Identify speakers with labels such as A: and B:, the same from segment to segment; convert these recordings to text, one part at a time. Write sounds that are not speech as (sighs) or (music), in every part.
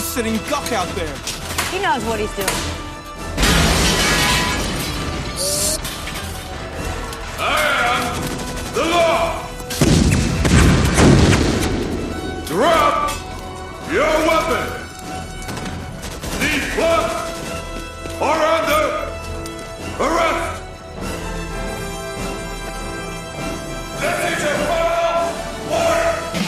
A: sitting duck out there.
B: He knows what he's doing.
C: the law. Drop your weapon. These plugs are under arrest. This is your final warning.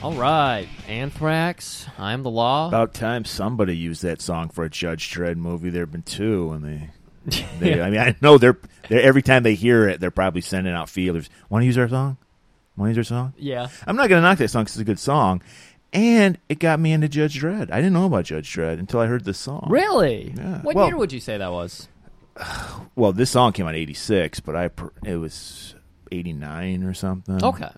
D: All right, Anthrax. I'm the law.
E: About time somebody used that song for a Judge Dredd movie. There have been two, and they. they I mean, I know they're, they're every time they hear it, they're probably sending out feelers. Want to use our song? Want to use our song?
D: yeah,
E: I'm not going to knock that song 'cause it's a good song, and it got me into Judge Dredd. I didn't know about Judge Dredd until I heard this song.
D: really.
E: Yeah.
D: What
E: Well-
D: year would you say that was?
E: Well, this song came out in '86, but I per- it was '89 or something.
D: Okay.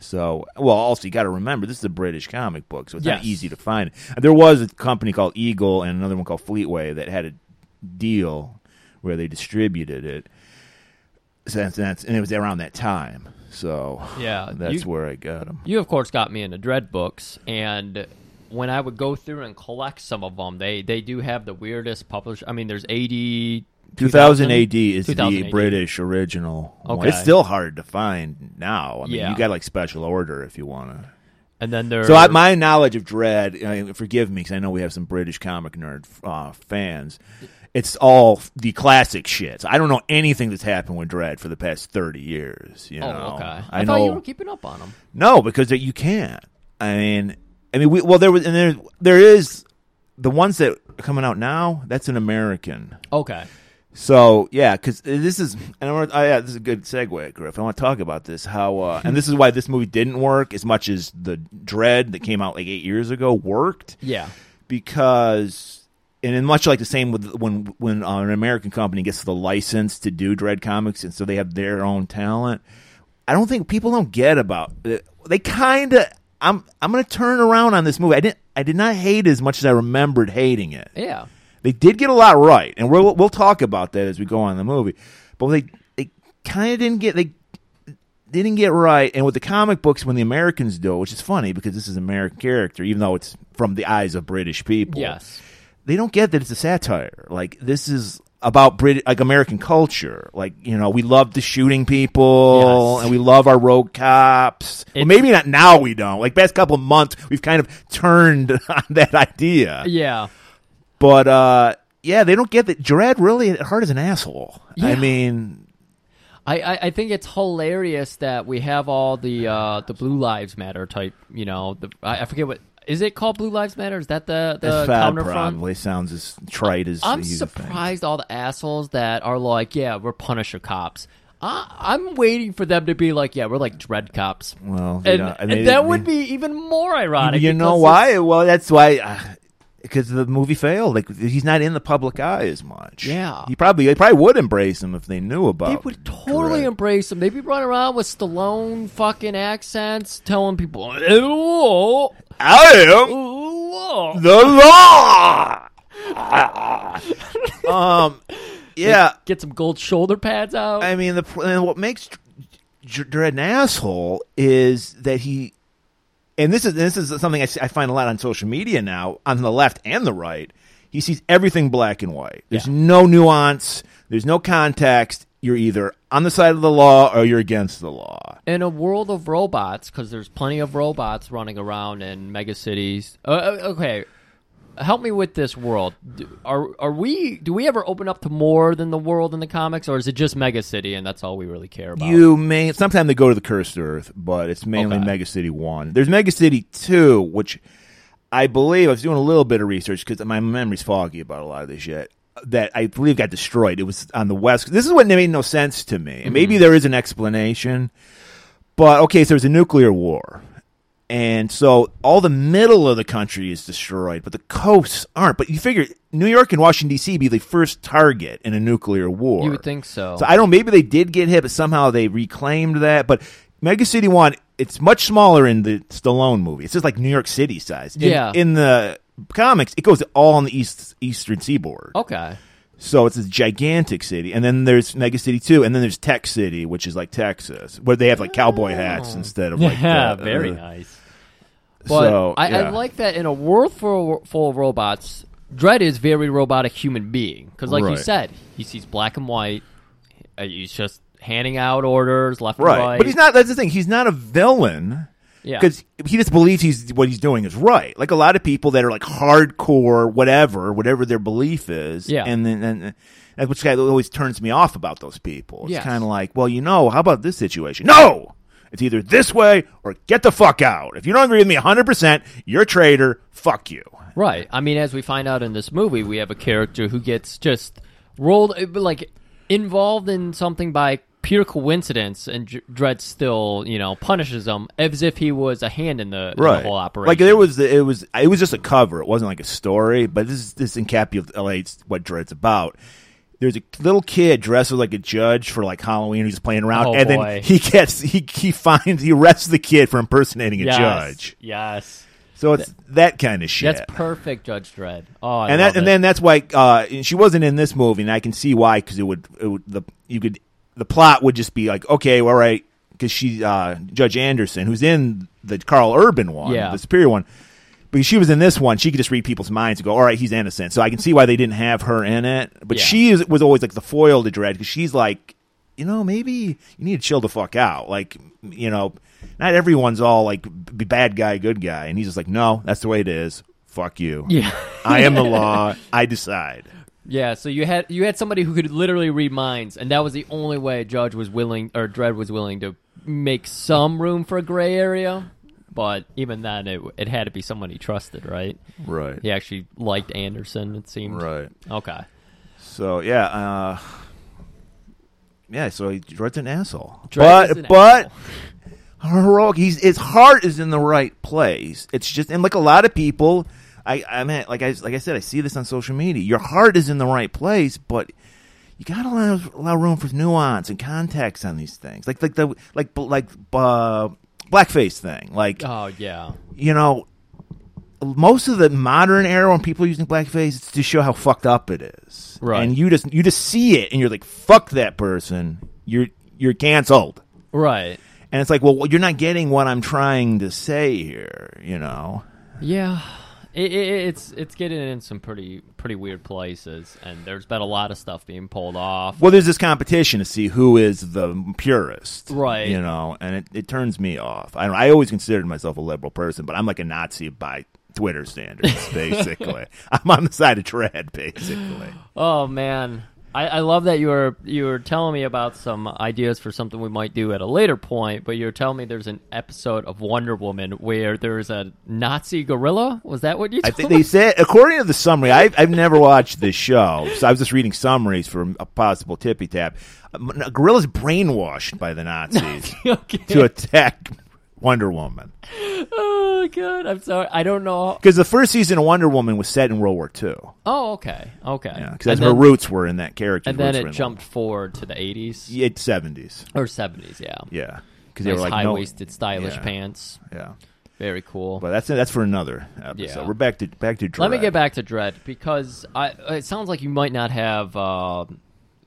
E: So, well, also you got to remember this is a British comic book, so it's
D: Yes.
E: not easy to find. There was a company called Eagle and another one called Fleetway that had a deal where they distributed it. So that's, that's and it was around that time. So
D: Yeah,
E: that's
D: you-
E: where I got them.
D: You, of course, got me into Dread books, and when I would go through and collect some of them, they they do have the weirdest publish. I mean, there's 80.
E: 2000 AD is
D: 2000
E: the
D: AD.
E: British original. one.
D: Okay.
E: It's still hard to find now. I mean,
D: Yeah.
E: you got like special order if you want to.
D: and then there's
E: So I, my knowledge of Dread, uh, forgive me, because I know we have some British comic nerd uh, fans. It's all f- the classic shit. So I don't know anything that's happened with Dread for the past thirty years. You
D: Oh,
E: know,
D: okay. I,
E: I, know
D: thought you were keeping up on them.
E: no, because that you can't. I mean, I mean, we, well, there was and there there is the ones that are coming out now. That's an American.
D: Okay.
E: So yeah, because this is and I, wanna- oh, yeah, this is a good segue, Griff. I want to talk about this how uh, and this is why this movie didn't work as much as the Dread that came out like eight years ago worked
D: Yeah.
E: because and in much like the same with when when uh, an American company gets the license to do Dread comics and so they have their own talent. I don't think people don't get about uh, they kind of. I'm I'm gonna turn around on this movie. I didn't I did not hate it as much as I remembered hating it.
D: Yeah.
E: They did get a lot right, and we'll we'll talk about that as we go on in the movie. But they they kind of didn't get they didn't get right. And with the comic books, when the Americans do, it, which is funny because this is an American character, even though it's from the eyes of British people.
D: Yes.
E: they don't get that it's a satire. Like this is about Brit like American culture. Like you know, we love the shooting people,
D: Yes.
E: and we love our rogue cops. well,
D: It-
E: maybe not now. We don't. Like past couple of months, we've kind of turned (laughs) on that idea.
D: Yeah.
E: But uh, yeah, they don't get that. Dredd really at heart is an asshole. I
D: Yeah.
E: mean,
D: I, I, I think it's hilarious that we have all the uh, the Blue Lives Matter type, you know, the, I, I forget what is it called Blue Lives Matter? Is that the the
E: that's fad
D: counterfront?
E: probably sounds as trite as
D: I'm
E: he's a thing.
D: surprised all the assholes that are like, yeah, we're Punisher cops. I, I'm waiting for them to be like, yeah, we're like Dread cops.
E: Well, they
D: and,
E: don't-
D: and
E: they-
D: that
E: they-
D: would be even more ironic.
E: You know
D: because
E: why? Well, that's why. Because the movie failed. Like he's not in the public eye as much.
D: Yeah.
E: he probably they probably would embrace him if they knew about.
D: They would totally
E: Dredd.
D: embrace them. They'd be running around with Stallone fucking accents, telling people, "Ew,
E: I
D: ew."
E: am the
D: (laughs)
E: law. um. Yeah.
D: get some gold shoulder pads out.
E: I mean, the and what makes Dr- Dread an asshole is that he, and this is this is something I, see, I find a lot on social media now, on the left and the right. He sees everything black and white. There's
D: Yeah.
E: no nuance. There's no context. You're either on the side of the law or you're against the law.
D: in a world of robots, because there's plenty of robots running around in mega cities. Uh, Uh, okay, help me with this world. Do, are are we? Do we ever open up to more than the world in the comics, or is it just mega city and that's all we really care about?
E: You may sometimes they go to the cursed earth, but it's mainly
D: Okay.
E: Mega City One. There's Mega City Two, which I believe I was doing a little bit of research because my memory's foggy about a lot of this shit. That I believe got destroyed. It was on the west. This is what made no sense to me. And
D: Mm-hmm.
E: Maybe there is an explanation, but okay, so there's a nuclear war, and so all the middle of the country is destroyed, but the coasts aren't. But you figure New York and Washington D.C. be the first target in a nuclear war.
D: You would think so.
E: So I don't. Maybe they did get hit, but somehow they reclaimed that. But Mega City One, it's much smaller in the Stallone movie. It's just like New York City size. In,
D: Yeah.
E: In the comics, it goes all on the east eastern seaboard.
D: okay.
E: So it's this gigantic city, and then there's Mega City Two, and then there's Tech City, which is like Texas, where they have like cowboy hats instead of (laughs) like
D: Oh. (laughs) yeah,
E: the-
D: very
E: uh,
D: nice. But
E: So,
D: I, I
E: yeah.
D: like that in a world full, full of robots, Dredd is very robotic human being because, like you
E: Right.
D: said, he sees black and white. uh, He's just handing out orders left
E: right.
D: and right.
E: But he's not. That's the thing. He's not a villain.
D: Yeah.
E: Because he just believes he's what he's doing is right. Like a lot of people that are like hardcore, whatever, whatever their belief is.
D: Yeah.
E: And then and that's which guy always turns me off about those people. It's
D: Yes.
E: kind of like, well, you know, how about this situation? No, it's either this way or get the fuck out. If you don't agree with me 100, percent you're a traitor. Fuck you.
D: Right. I mean, as we find out in this movie, we have a character who gets just rolled, uh, like, involved in something by pure coincidence, and Dr- Dredd still, you know, punishes him as if he was a hand in the, in the whole operation.
E: Like there was the, it was it was just a cover. It wasn't like a story, but this is this encapsulates what Dread's about. There's a little kid dressed as like a judge for like Halloween. He's playing around,
D: Oh,
E: and
D: boy.
E: then he gets he he finds he arrests the kid for impersonating a
D: Yes.
E: judge.
D: Yes.
E: So it's that kind of shit.
D: That's perfect, Judge Dredd. Oh, I love
E: and that and
D: it.
E: then that's why uh, and she wasn't in this movie, and I can see why because it would, it would the you could the plot would just be like okay, all right, because she uh, Judge Anderson, who's in the Carl Urban one,
D: Yeah.
E: the superior one, but she was in this one, she could just read people's minds and go, all right, he's innocent. So I can see why they didn't have her in it, but
D: Yeah.
E: she is, was always like the foil to Dread because she's like. You know, maybe you need to chill the fuck out. Like, you know, not everyone's all like b- bad guy, good guy, and he's just like, no, that's the way it is. Fuck you.
D: Yeah.
E: I
D: (laughs)
E: am the law. I decide.
D: yeah, so you had you had somebody who could literally read minds, and that was the only way Judge was willing or Dredd was willing to make some room for a gray area. But even then, it it had to be someone he trusted, right?
E: Right.
D: He actually liked Anderson. It seemed
E: Right.
D: Okay.
E: So yeah. Uh, yeah. So he- Dredd's an asshole.
D: Dredd
E: but
D: is an
E: but (laughs) heroic. He's his heart is in the right place. It's just and like a lot of people. I I mean like I like I said I see this on social media. Your heart is in the right place, but. You gotta allow, allow room for nuance and context on these things, like like the like like uh, blackface thing. Like
D: Oh yeah.
E: you know, most of the modern era when people are using blackface, it's to show how fucked up it is.
D: Right.
E: And you just you just see it and you're like, fuck that person. You're you're canceled.
D: Right.
E: And it's like, well, you're not getting what I'm trying to say here. You know.
D: Yeah. It, it, it's it's getting in some pretty pretty weird places, and there's been a lot of stuff being pulled off.
E: Well, there's this competition to see who is the purist,
D: Right.
E: You know, and it, it turns me off. I don't, I always considered myself a liberal person, but I'm like a Nazi by
D: (laughs)
E: Twitter standards, basically. I'm on the side of trad, basically.
D: Oh man, I, I love that you were you were telling me about some ideas for something we might do at a later point. But you were telling me there's an episode of Wonder Woman where there's a Nazi gorilla. Was that what you?
E: I
D: Told
E: think
D: me?
E: they said, according to the summary, I've, I've never watched this show, so I was just reading summaries for a possible tippy tap. Um, a gorilla's brainwashed by
D: (laughs)
E: the Nazis
D: okay.
E: to attack Wonder Woman.
D: Oh god, I'm sorry. I don't know.
E: Because the first season of Wonder Woman was set in World War II.
D: Oh okay, okay.
E: Yeah,
D: And
E: because
D: then-
E: her roots were in that character.
D: and then it jumped forward to the 80s
E: It's 70s.
D: or 70s. Yeah,
E: Yeah. Because they
D: nice
E: were like,
D: high
E: no.
D: waisted, stylish
E: Yeah.
D: pants.
E: Yeah.
D: Very cool.
E: But that's that's for another episode.
D: Yeah.
E: We're back to back to Dread.
D: Let me get back to Dread because I, it sounds like you might not have uh,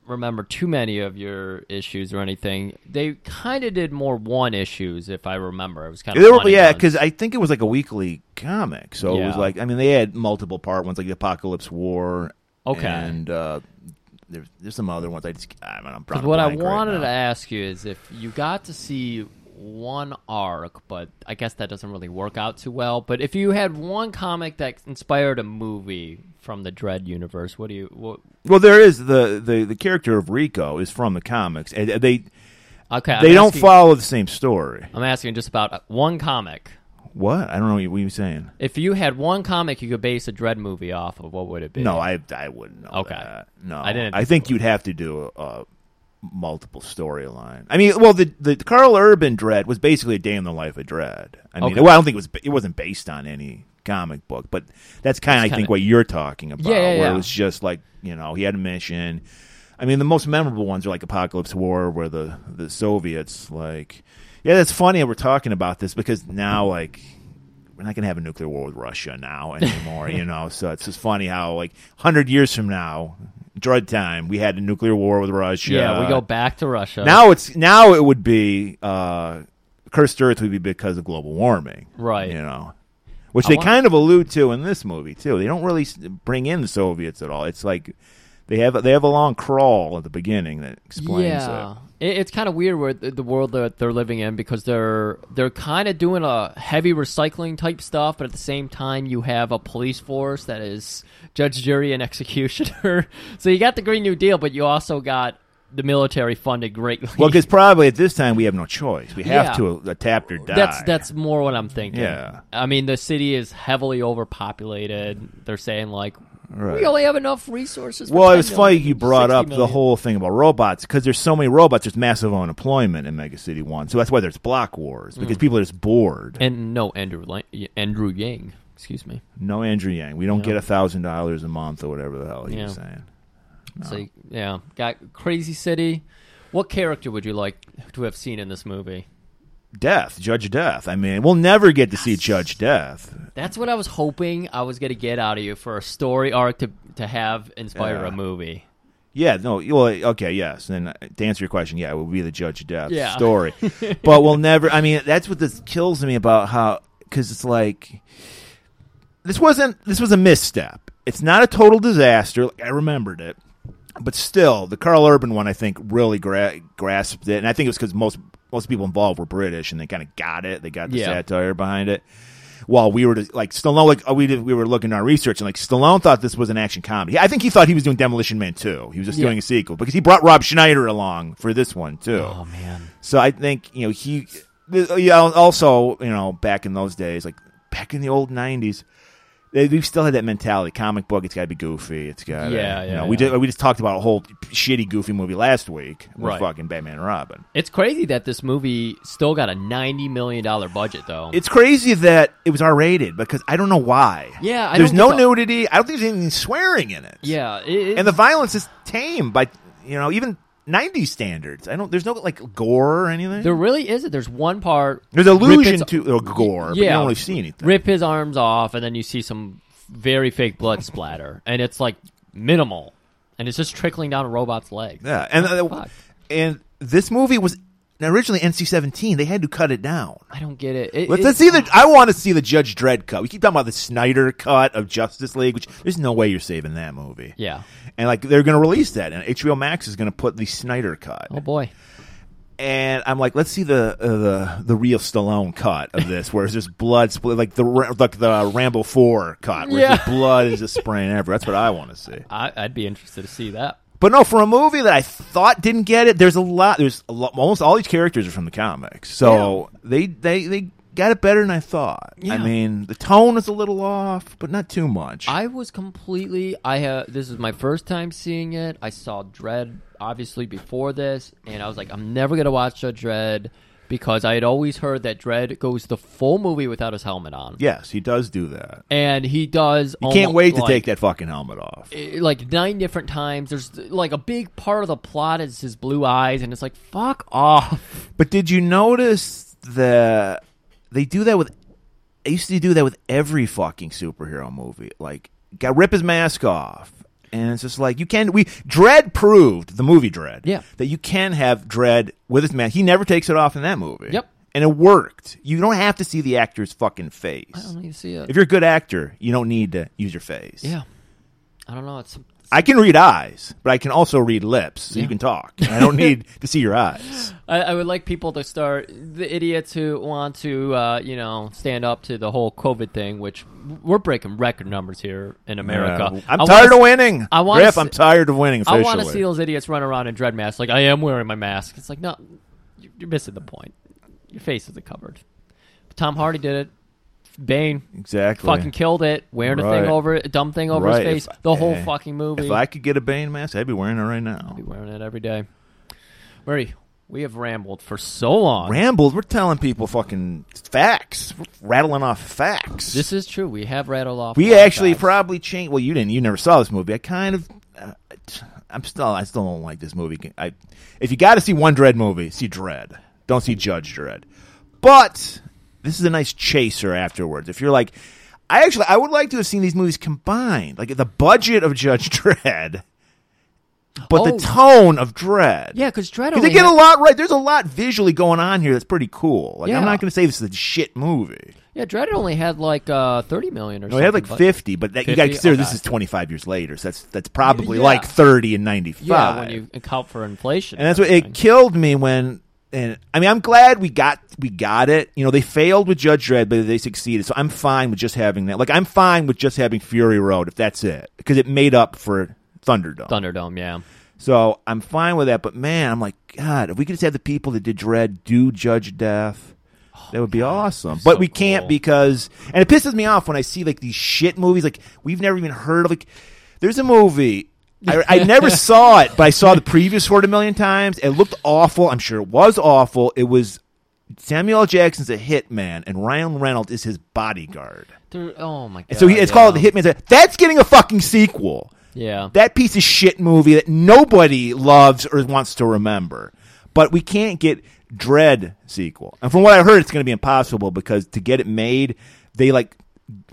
D: remember too many of your issues or anything. They kind of did more one issues, if I remember. It was kind of
E: They were, yeah, because I think it was like a weekly comic, so it was
D: Yeah.
E: like I mean they had multiple part ones like the Apocalypse War.
D: Okay.
E: and uh, there's there's some other ones I just I don't know. I'm drawing a
D: what I
E: blank right
D: wanted
E: now.
D: to ask you is if you got to see one arc, but I guess that doesn't really work out too well. But if you had one comic that inspired a movie from the Dread universe, what do you? What,
E: Well, there is the, the the character of Rico is from the comics, and uh, they
D: okay, I'm
E: they don't
D: asking-
E: follow the same story.
D: I'm asking just about uh, one comic.
E: What I don't know what you- what you're saying.
D: If you had one comic you could base a Dread movie off of, what would it be?
E: No, I I wouldn't know.
D: Okay.
E: that. no,
D: I didn't-
E: I think you'd have to do a, a multiple storyline. I mean, well, the the Carl Urban Dread was basically a day in the life of Dread. I mean,
D: Okay.
E: well, I don't think it was. It wasn't based on any comic book, but that's kind of I
D: kinda-
E: think what you're talking about.
D: Yeah, yeah,
E: where
D: yeah.
E: it was just like you know he had a mission. I mean, the most memorable ones are like Apocalypse War, where the the Soviets like. Yeah, that's funny. We're talking about this because now, like, we're not going to have a nuclear war with Russia now anymore, you know. So it's just funny how, like, hundred years from now, dread time, we had a nuclear war with Russia.
D: yeah, we go back to Russia
E: now. It's now it would be uh, cursed earth would be because of global warming,
D: Right.
E: You know, which
D: I
E: they
D: want-
E: kind of allude to in this movie too. They don't really s- bring in the Soviets at all. It's like they have they have a long crawl at the beginning that explains
D: yeah.
E: it.
D: It- it's kind of weird where the, the world that they're living in because they're they're kind of doing a heavy recycling type stuff, but at the same time you have a police force that is judge, jury, and (laughs) executioner. so you got the Green New Deal, but you also got the military funded greatly.
E: Well, because probably at this time we have no choice. We have
D: Yeah.
E: to adapt or
D: (laughs)
E: die.
D: That's that's more what I'm thinking.
E: Yeah.
D: I mean, the city is heavily overpopulated. They're saying like
E: Right.
D: we only have enough resources. for
E: Well, it
D: 10
E: was funny
D: million,
E: you brought
D: 60
E: up the
D: million.
E: whole thing about robots because there's so many robots. There's massive unemployment in Mega City One, so that's why there's block wars because people are just bored.
D: Mm. and no Andrew Lang- Andrew Yang. Excuse me.
E: no Andrew Yang, we don't get a thousand dollars a month or whatever the hell he was
D: Yeah.
E: saying. Oh.
D: So you- yeah, got Crazy City. What character would you like to have seen in this movie?
E: Death, Judge Death. I mean, we'll never get to see Judge Death.
D: That's what I was hoping I was gonna get out of you for a story arc to to have inspire
E: Yeah.
D: a movie.
E: Yeah, no, well, okay, yes. And uh, to answer your question, yeah, it would be the Judge of Death
D: Yeah. (laughs)
E: story. but we'll never, I mean, that's what this kills me about how, because it's like, this wasn't, this was a misstep. It's not a total disaster. Like, I remembered it. But still, the Carl Urban one, I think, really gra- grasped it. And I think it was because most, most people involved were British and they kind of got it. They got the
D: Yeah.
E: satire behind it while we were just, like Stallone, like oh, we did, we were looking at our research, and like Stallone thought this was an action comedy. I think he thought he was doing Demolition Man too. He was just
D: Yeah.
E: doing a sequel because he brought Rob Schneider along for this one too.
D: Oh man,
E: So I think you know he, th- yeah. Also, you know, back in those days, like back in the old nineties. We've still had that mentality. Comic book, it's got to be goofy. It's got,
D: Yeah,
E: You
D: yeah,
E: know, we
D: yeah.
E: did, we just talked about a whole shitty goofy movie last week with
D: Right.
E: fucking Batman and Robin.
D: it's crazy that this movie still got a ninety million dollar budget though.
E: It's crazy that it was R rated because I don't know why.
D: Yeah, I
E: there's
D: don't
E: no
D: get the-
E: nudity. I don't think there's anything swearing in it.
D: yeah, it, it-
E: and the violence is tame by you know even '90s standards. I don't. There's no like gore or anything.
D: there really isn't. There's one part
E: there's
D: Rip
E: allusion
D: its-
E: to or gore, but you
D: Yeah.
E: don't really see anything.
D: rip his arms off, and then you see some very fake
E: (laughs)
D: blood splatter, and it's like minimal, and it's just trickling down a robot's leg.
E: Yeah, and uh,
D: Fuck.
E: and this movie was originally NC-17. They had to cut it down.
D: I don't get it. it
E: Let's,
D: it-
E: let's see the. I want to see the Judge Dredd cut. We keep talking about the Snyder cut of Justice League, which there's no way you're saving that movie.
D: Yeah.
E: and like they're going to release that, and HBO Max is going to put the Snyder cut.
D: Oh boy.
E: and I'm like, let's see the uh, the the real Stallone cut of this, where it's just blood split, like the Ra- like the Rambo Four cut, where it's just
D: Yeah.
E: blood is just spraying everywhere. That's what I want to see.
D: I, I'd be interested to see that.
E: But no, for a movie that I thought didn't get it, there's a lot. There's a lot, almost all these characters are from the comics, so they they they got it better than I thought. I
D: Yeah.
E: mean, the tone is a little off, but not too much.
D: I was completely. I have. This is my first time seeing it. I saw Dread obviously before this, and I was like, I'm never gonna watch a Dread because I had always heard that Dread goes the full movie without his helmet on.
E: yes, he does do that.
D: and he does.
E: You can't wait to take that fucking helmet off.
D: that. Like nine different times. There's like a big part of the plot is his blue eyes, and it's like fuck off.
E: But did you notice that they do that with? They used to do that with every fucking superhero movie. Like, got rip his mask off, And it's just like you can. We Dread proved the movie Dread.
D: Yeah.
E: that you can have Dread with his man. He never takes it off in that movie.
D: Yep.
E: and it worked. You don't have to see the actor's fucking face.
D: I don't even see it.
E: If you're a good actor, you don't need to use your face.
D: yeah, I don't know. It's
E: I can read eyes, but I can also read lips, so
D: Yeah.
E: you can
D: (laughs)
E: talk. I don't need to see your eyes.
D: I, I would like people to start the idiots who want to, uh, you know, stand up to the whole COVID thing, which we're breaking record numbers here in America.
E: Yeah. I'm
D: I
E: tired
D: wanna
E: of
D: s-
E: winning.
D: I wanna
E: Griff,
D: see-
E: I'm tired of winning.
D: I
E: Officially.
D: want to see those idiots run around in dread masks. Like I am wearing my mask. It's like no, you- you're missing the point. Your face isn't covered. Tom Hardy did it. Bane
E: exactly.
D: fucking killed it. Wearing a
E: Right.
D: thing over it, a dumb thing over
E: Right.
D: his face.
E: If-
D: the whole
E: eh,
D: fucking movie.
E: If I could get a Bane mask, I'd be wearing it right now.
D: be wearing it every day. Murray, we have rambled for so long.
E: Rambled. We're telling people fucking facts. We're rattling off facts.
D: this is true. We have rattled off. a
E: we
D: lot of
E: actually
D: facts.
E: probably changed. Well, you didn't. You never saw this movie. I kind of. Uh, I'm still. I still don't like this movie. I, if you got to see one Dread movie, see Dread. Don't see Judge Dread. But this is a nice chaser afterwards. If you're like, I actually, I would like to have seen these movies combined, like the budget of Judge (laughs) Dread, but
D: Oh.
E: the tone of Dread.
D: yeah, because Dread.
E: Because they
D: only
E: get
D: had-
E: a lot right. There's a lot visually going on here that's pretty cool. Like
D: Yeah.
E: I'm not going to say this is a shit movie.
D: Yeah, Dread only had like uh, thirty million or
E: No,
D: something.
E: they had like
D: but-
E: 50, but that, you got to
D: 50?
E: consider this
D: Okay.
E: is 25 years later. So that's that's probably
D: Yeah.
E: like 30 and 95.
D: Yeah, when you account for inflation,
E: and that's what
D: everything.
E: it killed me when. And I mean, I'm glad we got we got it. You know, they failed with Judge Dredd, but they succeeded. So I'm fine with just having that. Like I'm fine with just having Fury Road if that's it, because it made up for Thunderdome.
D: Thunderdome. Yeah,
E: So I'm fine with that, but man, I'm like, God, if we could just have the people that did Dread do Judge Death, that would
D: Oh,
E: be awesome. But
D: so
E: we can't
D: cool.
E: because, and it pisses me off when I see like these shit movies. Like we've never even heard of. Like there's a movie. I, I
D: (laughs)
E: never saw it, but I saw the previous for it a million times. It looked awful. I'm sure it was awful. It was Samuel L. Jackson's a hitman, and Ryan Reynolds is his bodyguard.
D: There- oh my god.
E: And so he, it's
D: yeah.
E: called The Hitman's. That's getting a fucking sequel
D: Yeah,
E: that piece of shit movie that nobody loves or wants to remember. But we can't get Dread sequel. And from what I heard, it's going to be impossible because to get it made, they like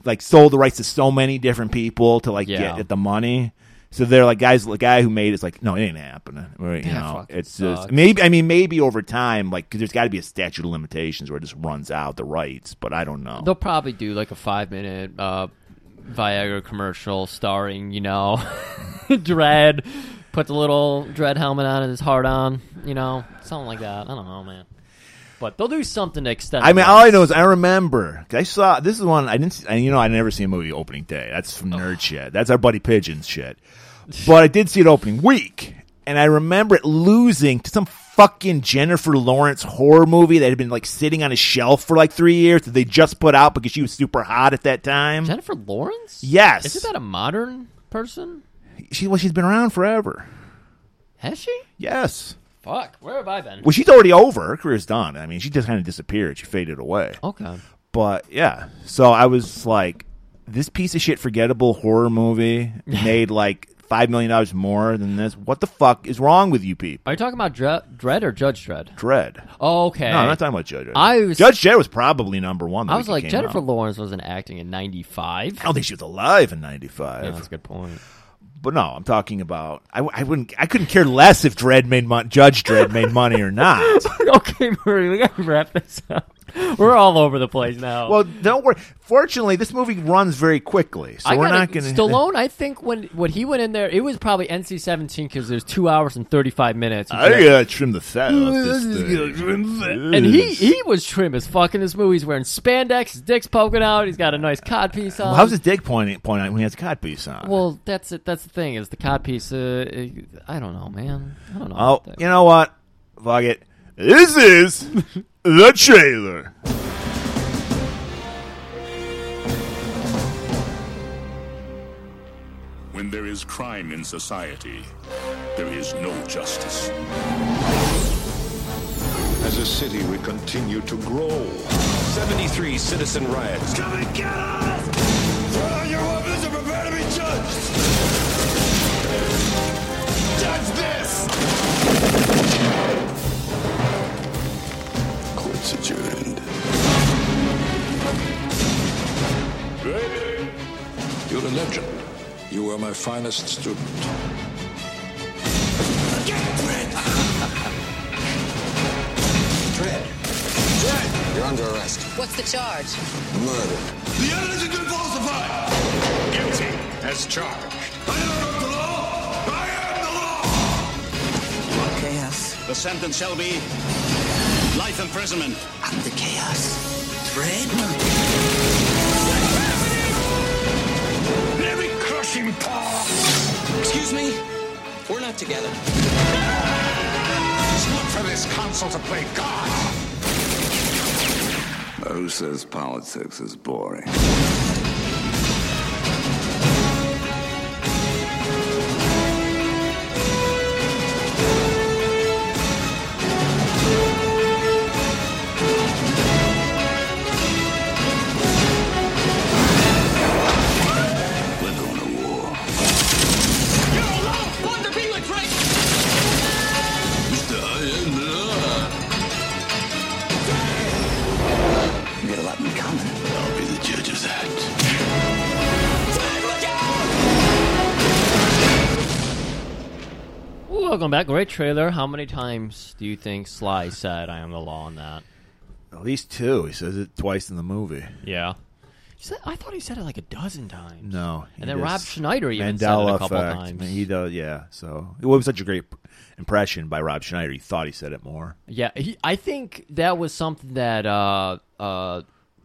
E: like sold the rights to so many different people to like
D: Yeah.
E: get at the money. So they're like guys. The guy who made it's like, no, it ain't happening. Right, you
D: That
E: know,
D: fucking
E: it's just
D: sucks.
E: maybe. I mean, maybe over time, like there there's got to be a statute of limitations where it just runs out the rights. But I don't know.
D: they'll probably do like a five minute uh, Viagra commercial starring you know (laughs) Dread. Put the little Dread helmet on and his heart on. You know, something like that. I don't know, man. But they'll do something to extend.
E: I
D: the
E: mean, all I
D: rights.
E: know is I remember. 'cause I saw this is one I didn't. See, and you know, I never see a movie opening day. That's some nerd shit. That's our buddy Pigeon's shit. But I did see it opening week, and I remember it losing to some fucking Jennifer Lawrence horror movie that had been like sitting on a shelf for like three years that they just put out because she was super hot at that time.
D: Jennifer Lawrence.
E: Yes.
D: Isn't that a modern person?
E: She well, she's been around forever.
D: Has she?
E: Yes.
D: Fuck. Where have I been?
E: Well, she's already over. Her career's done. I mean, she just kind of disappeared. She faded away.
D: Okay.
E: But yeah, so I was like, this piece of shit, forgettable
D: (laughs)
E: horror movie made like five million dollars more than this. What the fuck is wrong with you people?
D: Are you talking about Dre- Dread or Judge Dread?
E: Dread.
D: Okay.
E: No, I'm not talking about Judge. Dredd.
D: I was-
E: Judge Dredd was probably number one. The
D: I
E: week
D: was
E: it
D: like,
E: came
D: Jennifer
E: out.
D: Lawrence wasn't acting in 95.
E: I don't think she was alive in '95,
D: Yeah, that's a good point.
E: but no, I'm talking about. I, I wouldn't. I couldn't care less if Dredd made mon- Judge Dredd made money
D: (laughs)
E: or not.
D: okay, Marie, we gotta wrap this up. We're all over the place now.
E: well, don't worry. Fortunately, this movie runs very quickly, so
D: I
E: we're
D: gotta-
E: not going
D: Stallone, I think when when he went in there, it was probably NC seventeen because there's two hours and thirty five minutes.
E: (laughs) I gotta trim the fat
D: (laughs)
E: off this thing.
D: and he he was trim as fuck in this movie. He's wearing spandex, his dick's poking out. He's got a nice codpiece on.
E: Well, how's his dick pointing point out when he has a codpiece on?
D: Well, that's it. That's the thing is the codpiece. Uh, I don't know, man. I don't know.
E: oh,
D: about that.
E: you know what? Fuck it.
D: (laughs)
E: This is the trailer.
A: When there is crime in society, there is no justice.
F: As a city, we continue to grow.
G: 73 citizen riots.
C: Come and get us! Throw down your weapons and prepare to be judged! Judge this!
A: Courts adjourned.
F: You're a legend. You were my my finest student.
H: Dread. Dread! You're under arrest.
B: What's the charge?
H: Murder.
C: The evidence has been falsified.
A: Guilty as charged.
C: I don't broke the law. I am the law.
H: Chaos.
I: The sentence shall be life imprisonment.
H: I'm the chaos. Dread?
A: Let me crush him, Paul!
H: Excuse me? We're not together.
A: It's not for this council to play God!
J: Who says politics is boring? We're going to war.
H: You're alone! One to be with Drake!
J: We got a lot in common. I'll be the judge of that.
D: Welcome back. Great trailer. How many times do you think Sly said "I am the law" on that?
E: At least two. He says it twice in the movie.
D: Yeah. He said, I thought he said it like a dozen times.
E: No, he
D: And then
E: does.
D: Rob Schneider even said it a couple times.
E: Man, He does, yeah. So it was such a great impression by Rob Schneider. He thought he said it more.
D: Yeah, he, I think that was something that uh uh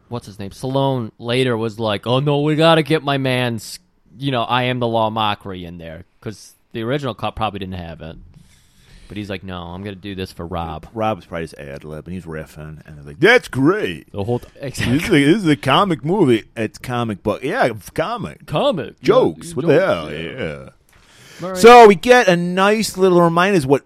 D: what's his name? Stallone later was like, "Oh no, we got to get my man's, you know, I am the law mockery in there cuz the original cut probably didn't have it." But he's like, "No, I'm going to do this for Rob."
E: Rob was probably just ad lib, and he's riffing, and they're like,
D: (laughs)
E: "That's great.
D: The whole
E: This is,
D: exactly.
E: a, this is a comic movie. It's comic book. Yeah, comic
D: comic
E: jokes.
D: Yeah,
E: what the hell?
D: yeah.
E: yeah.
D: Murray-
E: So we get a nice little reminder is what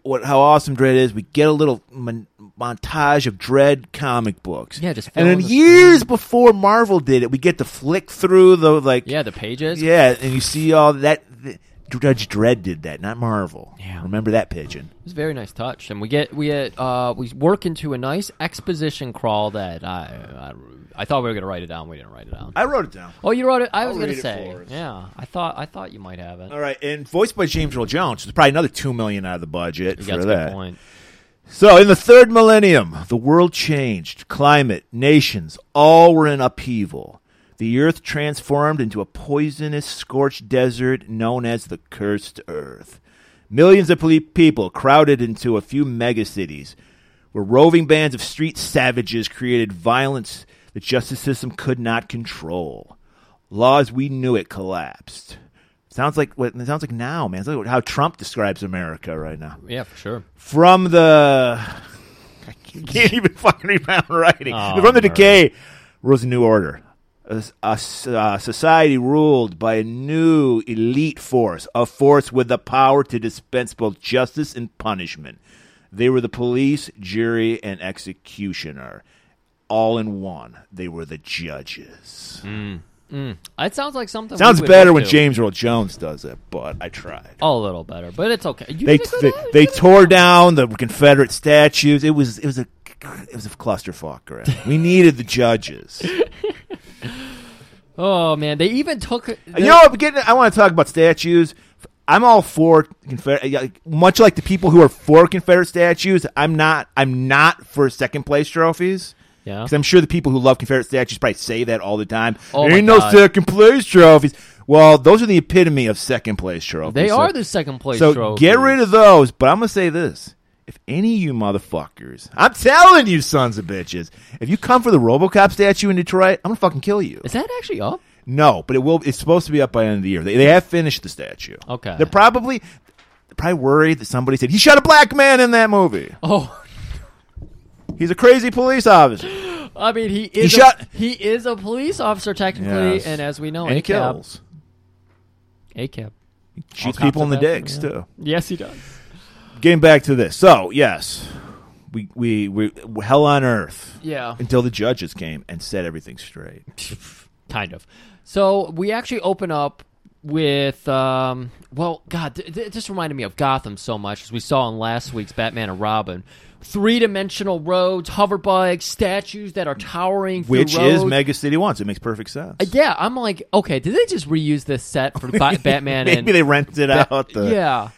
E: what how awesome Dread is. We get a little mon- montage of Dread comic books.
D: Yeah, just
E: and
D: fill in
E: then
D: the-
E: years before Marvel did it, we get to flick through the like
D: yeah, the (laughs) pages.
E: yeah, and you see all that. th- Judge Dredd did that, not Marvel.
D: Yeah.
E: remember that pigeon?
D: It's a very nice touch, and we get we get, uh we work into a nice exposition crawl that I I, I thought we were gonna write it down. We didn't write it down.
E: I wrote it down.
D: oh, you wrote it. I was
E: I'll
D: gonna
E: read it
D: say,
E: for us. Oh.
D: yeah. I thought I thought you might have it.
E: All right, and voiced by James Earl Jones. It's probably another two million out of the budget
D: You got
E: for
D: a good
E: that.
D: point.
E: So, in the third millennium, the world changed. Climate, nations, all were in upheaval. The earth transformed into a poisonous, scorched desert known as the Cursed Earth. Millions of ple- people crowded into a few megacities, where roving bands of street savages created violence the justice system could not control. Laws we knew it collapsed. Sounds like what it sounds like now, man. It's like how Trump describes America right now
D: Yeah, for sure.
E: from the I can't even fucking remember writing
D: Oh,
E: from the
D: Murray.
E: decay rose a new order a, a s- a society ruled by a new elite force a force with the power to dispense both justice and punishment they were the police jury and executioner all in one they were the judges
D: It sounds like something.
E: sounds
D: we would
E: better when
D: do.
E: james earl jones does it but i tried
D: A little better, but it's okay. You
E: they
D: did a
E: they,
D: good job.
E: they
D: You did a-
E: tore down the Confederate statues. It was it was a it was a clusterfuck. Grant.
D: (laughs)
E: We needed the judges.
D: Oh man, they even took.
E: you know, I'm getting. I want to talk about statues. I'm all for Confederate. Much like the people who are for Confederate statues, I'm not. I'm not for second place trophies.
D: Yeah.
E: Because I'm sure the people who love Confederate statues probably say that all the time.
D: Oh
E: there
D: my
E: ain't
D: God.
E: no second place trophies. Well, those are the epitome of second place trophies.
D: They
E: So-
D: are the second place.
E: So
D: trophy.
E: get rid of those. But I'm gonna say this: if any of you motherfuckers, I'm telling you, sons of bitches, if you come for the RoboCop statue in Detroit, I'm gonna fucking kill you.
D: Is that actually up?
E: No, but it will. It's supposed to be up by the end of the year. They, they have finished the statue.
D: Okay.
E: They're probably they're probably worried that somebody said he shot a black man in that movie.
D: Oh,
E: He's a crazy police officer.
D: I mean, he is.
E: He shot-
D: A, he is a police officer technically,
E: Yes.
D: and as we know,
E: and he
D: ACAB,
E: kills,
D: ACAB. cops
E: shoots people in the
D: are bad,
E: dicks
D: yeah.
E: too.
D: Yes, he does.
E: Getting back to this, so yes, we we we hell on earth
D: Yeah.
E: until the judges came and set everything straight.
D: kind of. So we actually open up with um, well, God, th- th- it just reminded me of Gotham so much as we saw in last week's Batman and Robin. Three dimensional roads, hover bikes, statues that are towering, through
E: which is
D: roads.
E: Mega City Wants. It makes perfect sense.
D: Yeah, I'm like, okay, did they just reuse this set for
E: (laughs)
D: Ba- (laughs) Batman?
E: Maybe
D: and
E: they rented
D: Ba-
E: out the.
D: yeah,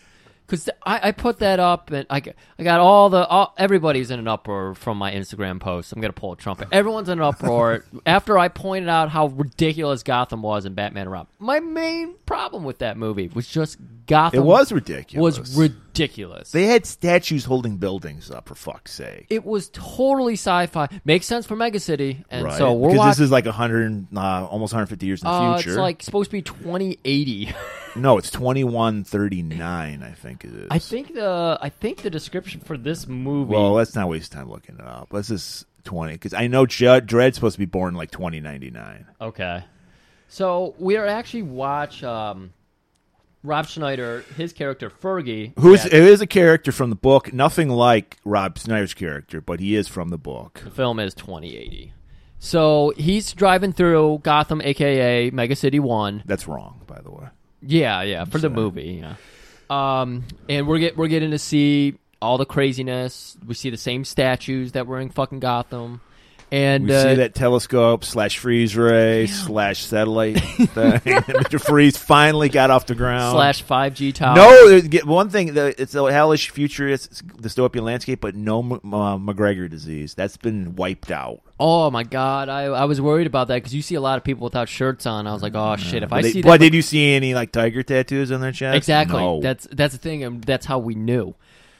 D: because I, I put that up and I, g- I got all the all, everybody's in an uproar from my Instagram post. I'm gonna pull a trumpet. Everyone's in an uproar
E: (laughs)
D: after I pointed out how ridiculous Gotham was in Batman and Robin. My main problem with that movie was just Gotham.
E: It was ridiculous.
D: Was ridiculous.
E: They had statues holding buildings up, for fuck's sake.
D: it was totally sci-fi. Makes sense for Megacity, and
E: right.
D: so we're
E: because
D: watching.
E: this is like 100, uh, almost 150 years in the
D: uh,
E: future.
D: it's like supposed to be 2080.
E: no, it's 2139, I think it is.
D: (laughs) I think the I think the description for this movie.
E: Well, let's not waste time looking it up. Let's just 20 because I know Judd Dredd's supposed to be born like 2099.
D: okay, so we are actually watch um, Rob Schneider, his character Fergie,
E: Who is
D: yeah,
E: it is a character from the book, nothing like Rob Snyder's character, but he is from the book.
D: the film is 2080. So he's driving through Gotham, aka Mega City One.
E: That's wrong, by the way.
D: Yeah, yeah, for the movie. Yeah. Um, and we're get we're getting to see all the craziness. We see the same statues that were in fucking Gotham, and
E: We
D: uh,
E: see that telescope slash freeze ray slash
D: (laughs)
E: satellite thing. Mr. Freeze finally got off the ground.
D: slash five G tower.
E: No, there's- get- one thing the- it's a hellish futurist dystopian landscape, but no M- uh, McGregor disease. That's been wiped out.
D: Oh my god, I, I was worried about that because you see a lot of people without shirts on. I was like, oh shit, if I
E: But they-
D: see
E: but
D: that,
E: did you see any like tiger tattoos on their chest?
D: exactly.
E: No.
D: That's that's the thing, and that's how we knew.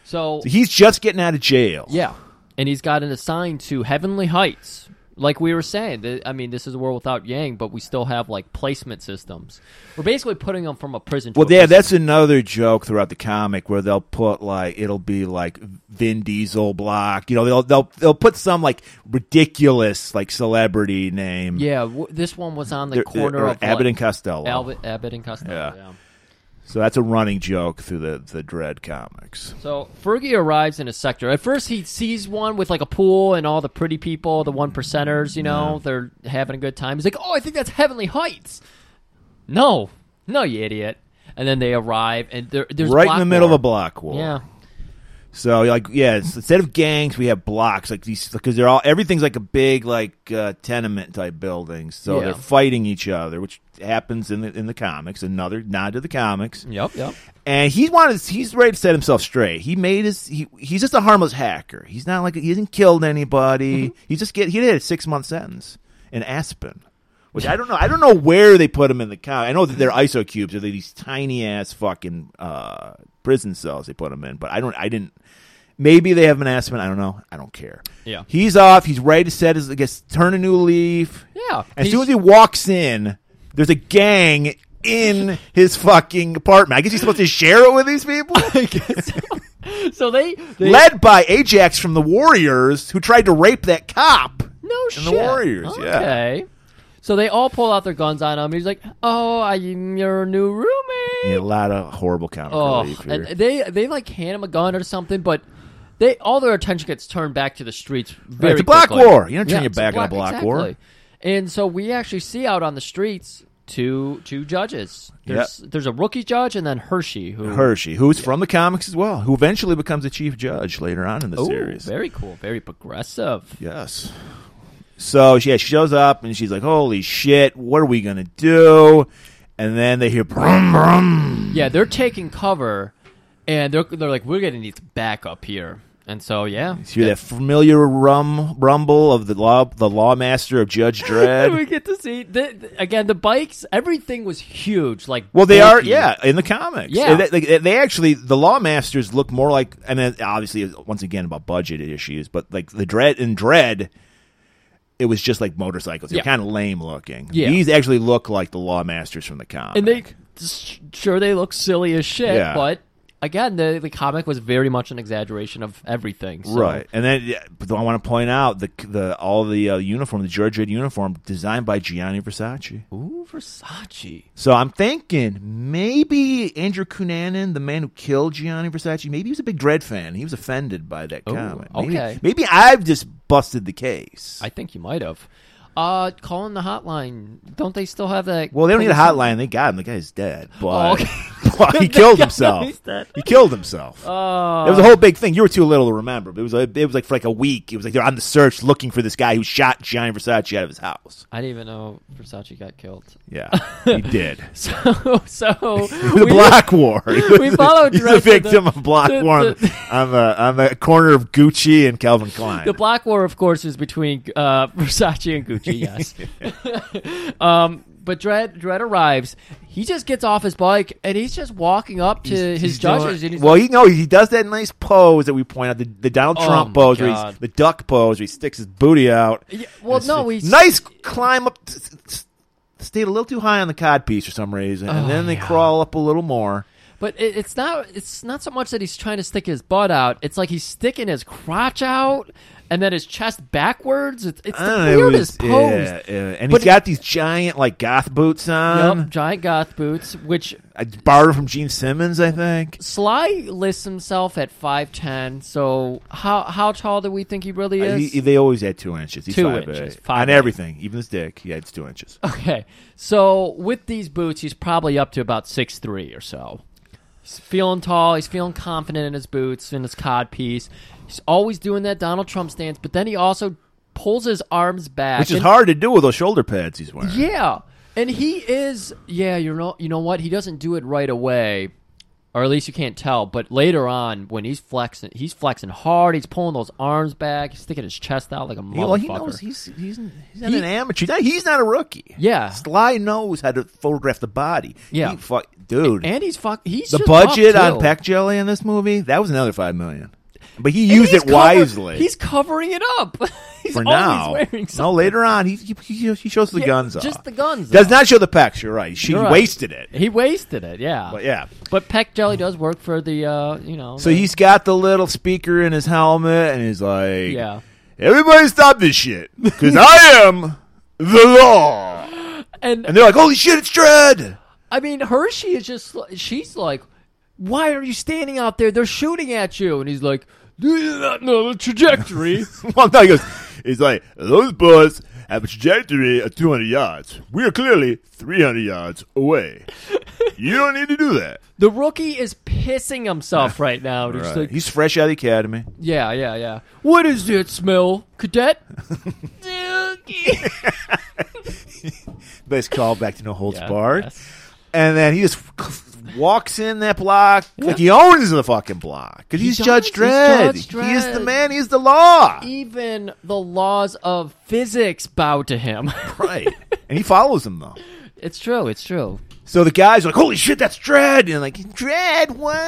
D: So
E: he's just getting out of jail.
D: yeah, and he's gotten assigned to heavenly heights. Like we were saying, th- I mean, this is a world without Yang, but we still have like placement systems. We're basically putting them from a prison. to
E: Well,
D: a
E: yeah,
D: prison.
E: that's another joke throughout the comic where they'll put like it'll be like Vin Diesel block. You know, they'll they'll they'll put some like ridiculous like celebrity name.
D: yeah. W- this one was on the
E: They're-
D: corner
E: they're
D: of like,
E: Abbott and Costello.
D: Albert, Abbott and Costello.
E: Yeah.
D: yeah.
E: So that's a running joke through the the Dread comics.
D: So Fergie arrives in a sector. At first, he sees one with like a pool and all the pretty people, the one percenters. You know, they're having a good time. He's like, "Oh, I think that's Heavenly Heights." No, no, you idiot! And then they arrive, and there, there's
E: right
D: block
E: in the middle
D: war.
E: of a block war.
D: Yeah,
E: So like yeah, it's- instead of gangs, we have blocks like these because they're all everything's like a big like uh, tenement type buildings. So
D: Yeah.
E: they're fighting each other, which happens in the in the comics. Another nod to the comics.
D: yep, yep.
E: And he wanted he's ready to set himself straight. He made his he, he's just a harmless hacker. He's not like he hasn't killed anybody. He just get he did a six month sentence in Aspen. Which I don't know. I don't know where they put him in the comic. I know that they're ISO cubes or they're these tiny ass fucking uh, prison cells they put him in, but I don't. I didn't. Maybe they have an Aspen. I don't know. I don't care.
D: Yeah.
E: he's off. He's ready to set his. I guess turn a new leaf.
D: Yeah,
E: As soon
D: he's-
E: as he walks in, there's a gang in his fucking apartment. I guess he's supposed to share it with
D: (laughs)
E: these people.
D: So they, they
E: Led by Ajax from the Warriors, who tried to rape that cop.
D: no
E: the
D: shit.
E: Warriors,
D: okay.
E: yeah.
D: So they all pull out their guns on him. He's like, "Oh, I'm your new roommate."
E: Yeah, a lot of horrible comic
D: Oh,
E: relief here.
D: and they they like hand him a gun or something, but they all their attention gets turned back to the streets. Very
E: It's a block
D: quickly.
E: war. You don't turn your
D: it's a
E: back on a block war.
D: And so we actually see out on the streets two two judges. There's there's a rookie judge and then Hershey who
E: Hershey, who's from the comics as well, who eventually becomes a chief judge later on in the
D: Ooh,
E: series.
D: Oh, very cool, very progressive.
E: Yes. So yeah, she shows up and she's like, "Holy shit, what are we gonna do?" And then they hear brum brum.
D: Yeah, they're taking cover, and they're they're like we're gonna need backup here. And so yeah,
E: You hear that familiar rum rumble of the law the lawmaster
D: (laughs)
E: of Judge
D: we
E: Dredd.
D: get to see the, the- again the bikes. Everything was huge. Like
E: Well, they are
D: bulky.
E: yeah in the comics.
D: Yeah.
E: they, they- they actually the lawmasters look more like I mean obviously once again about budget issues, but like the Dread in Dread. It was just like motorcycles. They're
D: Yeah.
E: kind of lame looking.
D: Yeah.
E: These actually look like the Lawmasters from the comic.
D: and they s- sure they look silly as shit,
E: Yeah.
D: but again, the the comic was very much an exaggeration of everything. so-
E: Right, and then yeah, but I want to point out the the all the uh, uniform, the Georgia uniform, designed by Gianni Versace.
D: Ooh, Versace.
E: So I'm thinking maybe Andrew Cunanan, the man who killed Gianni Versace, maybe he was a big Dread fan. He was offended by that
D: Ooh,
E: comment. Maybe,
D: okay.
E: maybe I've just busted the case.
D: I think you might have. Uh, calling the hotline. Don't they still have that?
E: Well, they don't need a hotline. They got him. The guy's dead. But,
D: Oh, okay.
E: (laughs)
D: (laughs)
E: but he
D: They
E: killed
D: got him.
E: himself.
D: He's dead. Oh.
E: He killed himself. it was a whole big thing. You were too little to remember. But it was a, it was like for like a week. It was like they're on the search looking for this guy who shot Gianni Versace out of his house.
D: I didn't even know Versace got
E: (laughs)
D: killed. (laughs)
E: Yeah, he did.
D: So, so
E: It was a
D: (laughs) we-
E: block war. He was
D: we
E: a-
D: followed
E: (laughs) He's a
D: directly the-
E: victim of block
D: the-
E: war on
D: the-
E: on the on the corner of Gucci and Calvin
D: (laughs)
E: Klein.
D: The block war, of course, is between uh, (laughs) Versace and
E: (laughs)
D: Gucci. Yes. (laughs) um, but Dredd, Dredd arrives. He just gets off his bike and he's just walking up to his judges. and he's
E: well, you know, he does that nice pose that we point out the, the Donald
D: Oh
E: Trump
D: my
E: pose, where he's,
D: God.
E: the duck pose, where he sticks his booty out.
D: Yeah, well,
E: And it's
D: no,
E: like,
D: we-
E: nice climb up. s- s- Stayed a little too high on the codpiece for some reason,
D: Oh,
E: and then they crawl up a little more.
D: But it, it's not it's not so much that he's trying to stick his butt out. It's like he's sticking his crotch out and then his chest backwards. It's, it's
E: I
D: the
E: don't know, Ah, it
D: weirdest
E: was-
D: pose.
E: yeah, yeah. and
D: But
E: he's got these giant like goth boots on.
D: Yup, giant goth boots, which
E: I borrowed from Gene Simmons, I think.
D: Sly lists himself at five ten. So how how tall do we think he really is?
E: Uh, He- they always had two inches. He's
D: Two
E: five
D: inches,
E: eight.
D: five
E: on
D: eight. Oh,
E: everything, even his dick. Yeah, it's two inches.
D: Okay, so with these boots, he's probably up to about six three or so. He's feeling tall. He's feeling confident in his boots and his cod piece. He's always doing that Donald Trump stance, but then he also pulls his arms back,
E: Which is
D: and-
E: hard to do with those shoulder pads he's wearing.
D: Yeah, and he is. Yeah, you know, you know what? He doesn't do it right away, or at least you can't tell. But later on, when he's flexing, he's flexing hard. He's pulling those arms back. He's sticking his chest out like a motherfucker.
E: Yeah, well, he knows he's he's, he's not
D: He-
E: an amateur. He's not, he's not a rookie.
D: Yeah.
E: Sly knows how to photograph the body.
D: Yeah.
E: He fuck, dude.
D: and he's fuck. He's
E: the
D: just
E: budget
D: buff,
E: on
D: too.
E: Peck Jelly in this movie that was another five million, but he
D: And
E: used
D: he's
E: it
D: cover-
E: wisely.
D: He's covering it up. (laughs) he's
E: for
D: always
E: now,
D: wearing
E: no.
D: something.
E: Later on, he he, he he shows the
D: Yeah,
E: guns.
D: just
E: off.
D: the guns
E: Does
D: off.
E: not show the pecs. You're right. She
D: You're right.
E: wasted it.
D: He wasted it. Yeah.
E: But yeah.
D: But Peck Jelly does work for the uh, you know.
E: So
D: the-
E: he's got the little speaker in his helmet, and he's like,
D: Yeah.
E: everybody stop this shit, because I am the law."
D: and
E: And they're like, "Holy shit, it's (laughs) Dread!"
D: I mean, Hershey is just, li- she's like, why are you standing out there? They're shooting at you. And he's like, do you not know the trajectory?
E: (laughs) well, no, he goes, he's like, those bullets have a trajectory of 200 yards. We are clearly 300 yards away. You don't need to do that.
D: the rookie is pissing himself right now. And he's like,
E: He's fresh out of the academy.
D: yeah, yeah, yeah. What is it, smell,
E: (laughs)
D: cadet?
E: Nice call back to No Holds
D: Yeah,
E: Barred.
D: yes.
E: And then he just (laughs) walks in that block like he owns the fucking block. Because he's
D: does.
E: Judge
D: He's
E: Dredd.
D: Judge
E: He is the
D: Dredd.
E: man. He is the law.
D: Even the laws of physics bow to him.
E: (laughs)
D: (laughs)
E: right. And he follows him, though.
D: it's true. It's true.
E: So the guys are like, holy shit, that's Dredd. And like, Dredd, what?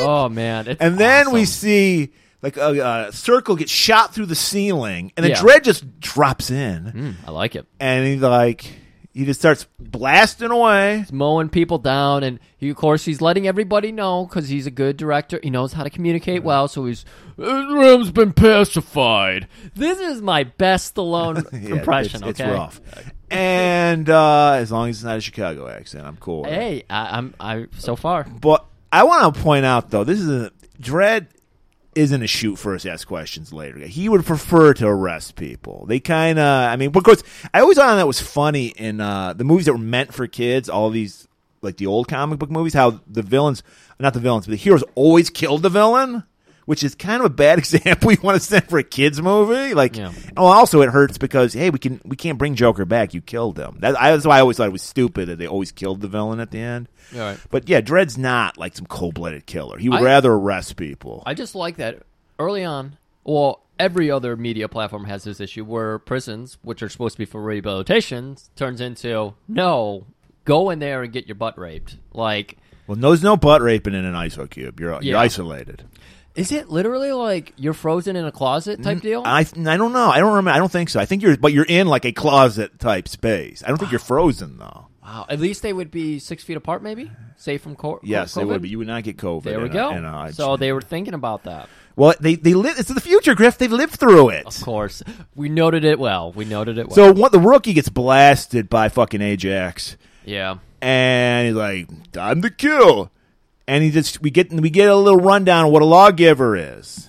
D: Oh, man. It's
E: And then we
D: awesome.
E: see like a, a circle get shot through the ceiling, and then
D: Yeah. Hmm.
E: Dredd just drops in,
D: I like it.
E: and he like he just starts blasting away.
D: mowing people down and he of course he's letting everybody know because he's a good director he knows how to communicate well so he's "Uh, the room's been pacified this is my best Stallone
E: (laughs) Yeah,
D: impression
E: it's,
D: okay
E: it's rough. And uh, as long as it's not a Chicago accent, I'm cool. with it.
D: hey I, I'm I so far
E: But I want to point out though, this is a Dredd isn't a shoot first ask questions later. He would prefer to arrest people. They kind of, I mean, of course, I always thought that was funny in uh, the movies that were meant for kids. All these like the old comic book movies, how the villains, not the villains, but the heroes always killed the villain. Which is kind of a bad (laughs) example you want to set for a kids movie, like.
D: Yeah.
E: Well, also it hurts because hey, we can we can't bring Joker back. You killed him. That, I, that's why I always thought it was stupid that they always killed the villain at the end.
D: All right.
E: But yeah, Dredd's not like some cold blooded killer. He would
D: I-
E: rather arrest people.
D: I just like that early on well every other media platform has this issue where prisons which are supposed to be for rehabilitation turns into no go in there and get your butt raped like
E: well, there's no butt raping in an iso cube. You're you're
D: Yeah.
E: isolated.
D: is it literally like you're frozen in a closet type deal
E: Mm, I I don't know. I don't remember. I don't think so. I think you're but you're in like a closet type space. I don't think you're frozen though.
D: Wow. At least they would be six feet apart, maybe safe from co- co-
E: Yes, they
D: COVID?
E: would. uh, But you would not get COVID.
D: There we
E: in a-
D: go.
E: in a-
D: so they were thinking about that.
E: well, they they live. It's the future, Griff. They lived through it.
D: Of course, we noted it well. We noted it well.
E: So what the rookie gets blasted by fucking Ajax.
D: yeah,
E: and he's like, "Time to kill." And he just we get we get a little rundown of what a lawgiver is.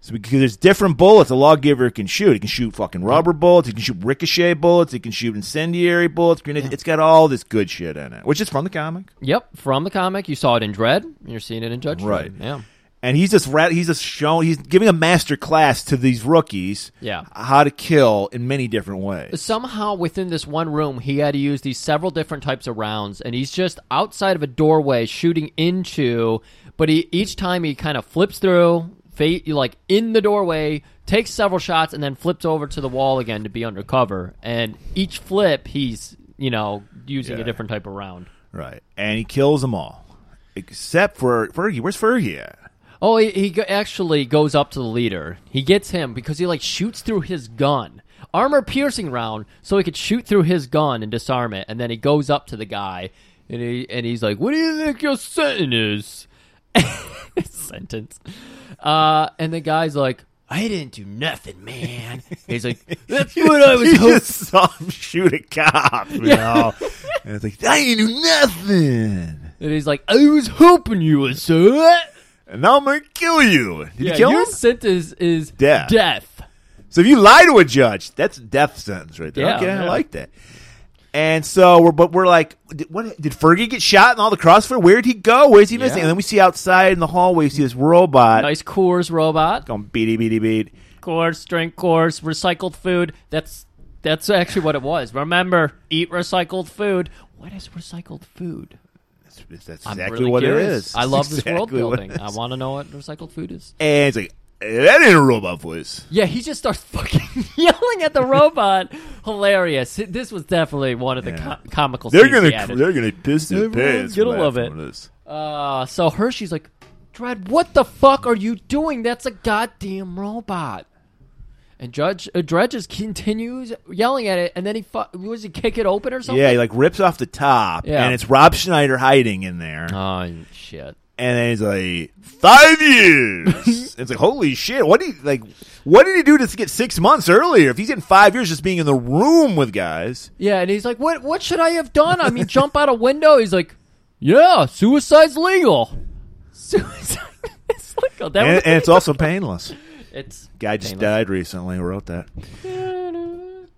E: So because there's different bullets a lawgiver can shoot. He can shoot fucking rubber bullets. He can shoot ricochet bullets. He can shoot incendiary bullets. Grenade. It's got all this good shit in it, which is from the comic.
D: Yep, from the comic. You saw it in Dread. and You're seeing it in Judge. Dredd.
E: Right.
D: Yeah.
E: And he's just rat, he's just showing he's giving a master class to these rookies.
D: Yeah.
E: How to kill in many different ways.
D: Somehow within this one room, he had to use these several different types of rounds, and he's just outside of a doorway shooting into. But he each time he kind of flips through, fate like in the doorway, takes several shots, and then flips over to the wall again to be undercover. And each flip, he's you know using
E: Yeah.
D: a different type of round.
E: Right. And he kills them all. Except for Fergie. Where's Fergie at?
D: Oh, he, he go- actually goes up to the leader. He gets him because he like shoots through his gun, armor piercing round, so he could shoot through his gun and disarm it. And then he goes up to the guy, and he and he's like, "What do you think your sentence is?" (laughs) sentence. Uh, and the guy's like, "I didn't do nothing, man." he's
E: (laughs)
D: like, "That's what I was
E: You
D: hoping."
E: just saw him shoot a cop, you know? and it's like, I ain't do nothing.
D: And he's like, "I was hoping you would say that."
E: And now I'm going to kill you. Did you
D: Yeah,
E: kill
D: your
E: him?
D: sentence is
E: Death.
D: Death.
E: So if you lie to a judge, that's a death sentence right there.
D: Yeah,
E: okay, I
D: yeah.
E: like that. And so we're but we're like, did, what did Fergie get shot in all the crossfire? Where'd he go? Where's he missing?
D: Yeah.
E: And then we see outside in the hallway, we see this robot
D: Nice Coors robot.
E: going beady beady beat.
D: course, drink course, recycled food. That's that's actually what it was. Remember, eat recycled food. What is recycled food?
E: That's, that's
D: I'm
E: exactly
D: really
E: what it
D: curious.
E: is.
D: I love
E: Exactly
D: this world
E: what
D: building.
E: it
D: I
E: is.
D: want to know what recycled food is.
E: And it's like that ain't a robot voice.
D: Yeah, he just starts (laughs) fucking yelling
E: (laughs)
D: at the robot. Hilarious. This was definitely one of the
E: Yeah.
D: co- comical.
E: They're
D: scenes
E: gonna
D: he added.
E: they're gonna piss their
D: Everyone's
E: pants.
D: gonna
E: when I
D: love
E: ask
D: it.
E: them this.
D: Uh, so Hershey's like, Dread, what the fuck are you doing? That's a goddamn robot. And Judge uh, Dredd just continues yelling at it, and then he fu- was he kick it open or something?
E: Yeah, he like rips off the top,
D: Yeah.
E: and it's Rob Schneider hiding in there.
D: Oh shit!
E: and then he's like five years.
D: (laughs)
E: it's like holy shit! What did he, like? What did he do to get six months earlier? If he's getting five years just being in the room with guys,
D: Yeah, and he's like, "What? What should I have done? I mean, jump out a window?" He's like, "Yeah, suicide's legal. (laughs) Suicide is legal." That was
E: and, and it's also painless.
D: it's
E: Guy just
D: painless.
E: died recently. Wrote that.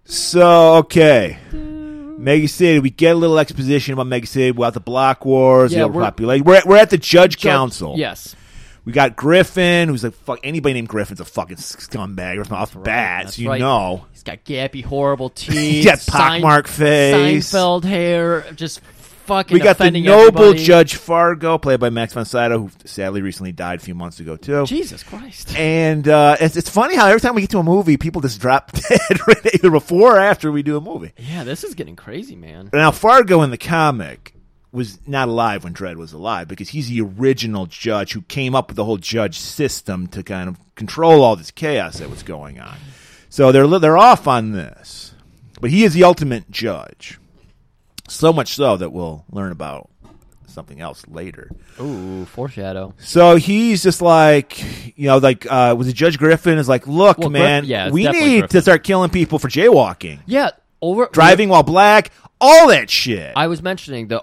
E: So okay, Mega City. We get a little exposition about Mega City. About the block wars,
D: Yeah,
E: the
D: we're-
E: overpopulation. We're at, we're at the Judge,
D: Judge-
E: Council.
D: Yes,
E: we got Griffin, who's like fuck. Anybody named Griffin's a fucking scumbag from off the bat.
D: that's
E: So you
D: right.
E: know.
D: he's got gappy,
E: (laughs)
D: horrible teeth.
E: He's got pockmarked face.
D: Seinfeld hair. Just fucking.
E: we got the
D: offending
E: noble
D: everybody.
E: Judge Fargo, played by Max von Sydow, who sadly recently died a few months ago too.
D: Jesus Christ.
E: And uh, it's, it's funny how every time we get to a movie, people just drop (laughs) dead right either before or after we do a movie.
D: Yeah, this is getting crazy, man.
E: Now Fargo in the comic was not alive when Dredd was alive because he's the original judge who came up with the whole judge system to kind of control all this chaos that was going on. So they're li- they're off on this, but he is the ultimate judge. So much so that we'll learn about something else later.
D: Ooh, foreshadow.
E: So he's just like, you know, like uh, was it Judge Griffin is like, look,
D: Well, Griff-
E: man,
D: yeah, it's
E: we need
D: definitely
E: to
D: Griffin.
E: start killing people for jaywalking,
D: Yeah, over
E: driving while black, all that shit.
D: I was mentioning the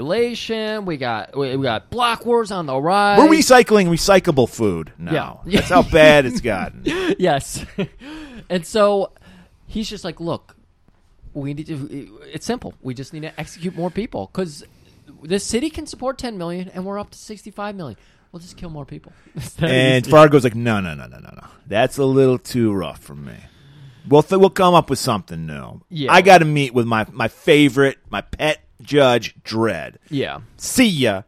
D: overpopulation. We got we, we got block wars on the rise.
E: We're recycling recyclable food
D: (laughs)
E: now.
D: Yeah.
E: That's how bad
D: (laughs)
E: it's gotten.
D: yes. and so he's just like, look, we need to. It's simple. We just need to execute more people because this city can support 10 million, and we're up to 65 million. We'll just kill more people. (laughs) It's that
E: And
D: easy.
E: Fargo's like, no, no, no, no, no, no. That's a little too rough for me. We'll th- we'll come up with something new.
D: Yeah.
E: I got to meet with my my favorite, my pet judge, Dread.
D: yeah,
E: See ya.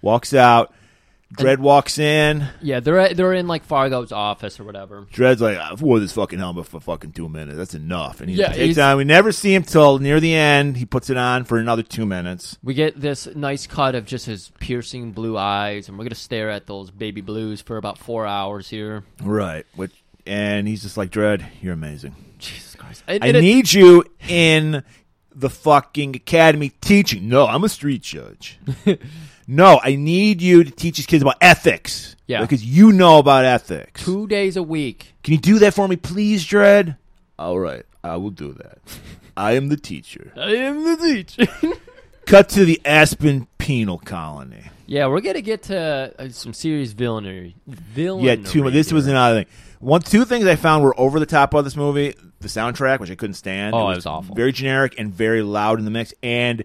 E: Walks out. Dread walks in.
D: yeah, they're they're in like Fargo's office or whatever.
E: Dredd's like, I've wore this fucking helmet for fucking two minutes. That's enough. And he
D: Yeah,
E: takes
D: he's-
E: it on. We never see him till near the end. He puts it on for another two minutes.
D: We get this nice cut of just his piercing blue eyes, and we're gonna stare at those baby blues for about four hours here. (laughs)
E: Right. Which and he's just like, Dread, you're amazing.
D: Jesus Christ! And-
E: I
D: and it-
E: need you in the fucking academy teaching. No, I'm a street judge.
D: (laughs)
E: no, I need you to teach these kids about ethics.
D: Yeah.
E: Because you know about ethics.
D: two days a week.
E: Can you do that for me, please, Dread?
D: (laughs)
E: All right, I will do that. I am the teacher. (laughs)
D: I am the teacher.
E: Cut to the Aspen penal colony.
D: Yeah, we're gonna get to uh, some serious villainy. Villainy.
E: Yeah, two. This
D: here.
E: was another thing. One, two things I found were over the top of this movie: the soundtrack, which I couldn't stand.
D: Oh, it was awful.
E: Very generic and very loud in the mix. And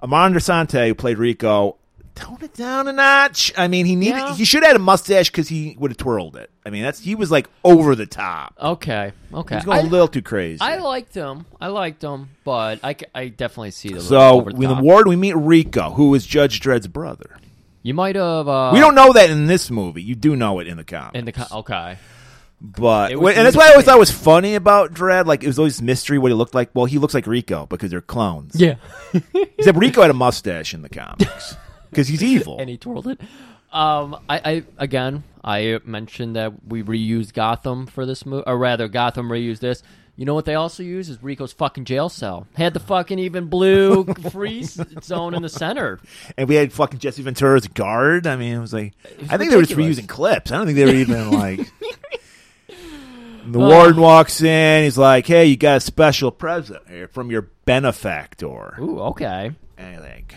E: Armando Sante, who played Rico, toned it down a notch. I mean, he needed.
D: Yeah.
E: He should have had a mustache because he would have twirled it. I mean, that's he was like over the top.
D: Okay. Okay.
E: He's going
D: I-
E: a little too crazy.
D: I liked him. I liked him, but I, c- I definitely see the
E: so
D: over the
E: in the
D: top.
E: ward, we meet Rico, who is Judge Dredd's brother.
D: You might have. Uh,
E: we don't know that in this movie. You do know it in the comics.
D: in the co- okay.
E: But
D: It was
E: and that's why I
D: easy.
E: always thought was funny about Dredd. Like it was always mystery what he looked like. Well, he looks like Rico because they're clones.
D: Yeah,
E: Except Rico had a mustache in the comics because he's
D: (laughs)
E: evil.
D: and he twirled it. Um, I, I again, I mentioned that we reused Gotham for this movie, or rather, Gotham reused this. You know what they also use is Rico's fucking jail cell. Had the fucking even
E: (laughs)
D: blue freeze zone in the center.
E: and we had fucking Jesse Ventura's guard. I mean, it was like
D: was
E: I think they were just
D: ridiculous.
E: reusing clips. I don't think they were
D: (laughs)
E: even like. The
D: Oh.
E: warden walks in. He's like, "Hey, you got a special present here from your benefactor."
D: Ooh, okay.
E: And you're like,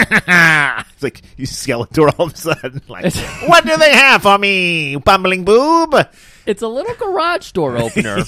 E: (laughs) it's like you Skeletor all of a sudden. (laughs)
D: (laughs)
E: Like, what do they have for me, bumbling boob?
D: It's a little garage
E: (laughs)
D: door opener.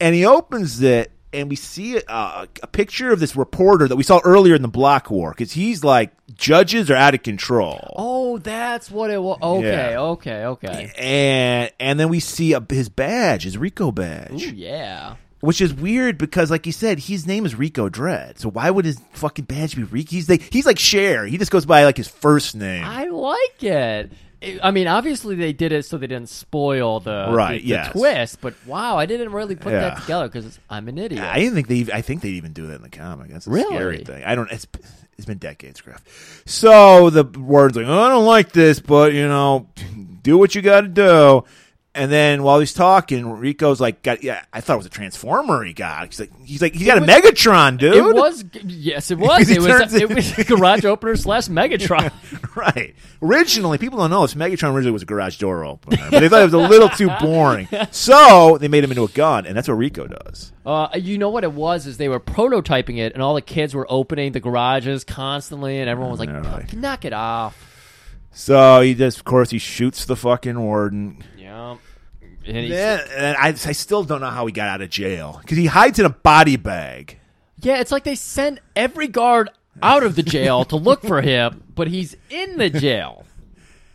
E: And he opens it, and we see uh, a picture of this reporter that we saw earlier in the block war because he's like, judges are out of control.
D: oh, that's what it was. Okay,
E: Yeah.
D: okay, okay.
E: And and then we see a, his badge, his Rico badge,
D: Ooh, yeah.
E: which is weird because, like you said, his name is Rico Dread. So why would his fucking badge be Rico? He's like he's like Cher. He just goes by like his first name.
D: I like it. It- I mean, obviously they did it so they didn't spoil the
E: Right,
D: the, the
E: yes.
D: twist. But wow, I didn't really put
E: Yeah.
D: that together because I'm an idiot.
E: I didn't think they. ev- I think they even do that in the comic. That's a scary
D: Really?
E: thing. I don't. It's it's been decades, Griff. So the words like "Oh, I don't like this, but you know, do what you got to do. And then while he's talking, Rico's like, "Got yeah." I thought it was a transformer he got. He's like, he's like, he's got a Megatron, dude.
D: it was yes, it was.
E: He
D: It
E: turns
D: was
E: it-
D: it was garage opener slash
E: (laughs)
D: Megatron.
E: (laughs) right. Originally, people don't know this. Megatron originally was a garage door opener, but they thought it was a little too boring,
D: (laughs)
E: so they made him into a gun, and that's what Rico does.
D: Uh, you know what it was is they were prototyping it, and all the kids were opening the garages constantly, and everyone was like,
E: They're like-
D: "Knock it off."
E: So he just, of course, he shoots the fucking warden.
D: Yeah. And he-
E: Yeah, and I, I still don't know how he got out of jail because he hides in a body bag.
D: yeah, it's like they sent every guard out of the jail to look for him, but he's in the jail.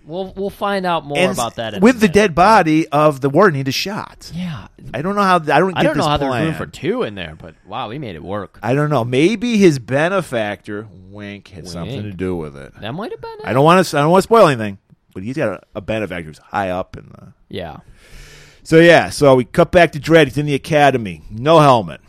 D: We'll we'll find out more
E: And
D: about that in a
E: with the
D: minute.
E: dead body of the warden he just shot.
D: Yeah,
E: I don't know how. I don't. Get
D: I don't
E: this
D: know how
E: plan.
D: there's room for two in there, but wow, we made it work.
E: I don't know. Maybe his benefactor Wink had something
D: Wink.
E: to do with it.
D: That might have been it.
E: I don't want to. I don't want to spoil anything. But he's got a, a benefactor who's high up in the.
D: Yeah,
E: So yeah. So we cut back to Dredd. He's in the academy. No helmet.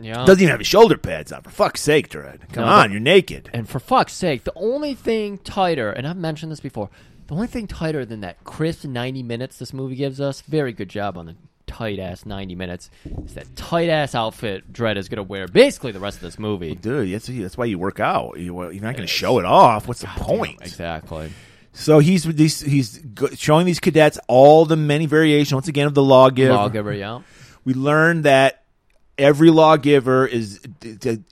D: yeah.
E: Doesn't even have his shoulder pads on. For fuck's sake, Dredd. Come
D: No,
E: on,
D: but-
E: you're naked.
D: and for fuck's sake, the only thing tighter, and I've mentioned this before, the only thing tighter than that crisp ninety minutes this movie gives us. Very good job on the tight ass ninety minutes. Is that tight ass outfit Dredd is gonna wear basically the rest of this movie?
E: Dude, that's, that's why you work out. You, are not going to show it off. What's the point?
D: Exactly.
E: So he's he's, he's go- showing these cadets all the many variations once again of the lawgiver.
D: Lawgiver, yeah.
E: We learned that every lawgiver is d- d-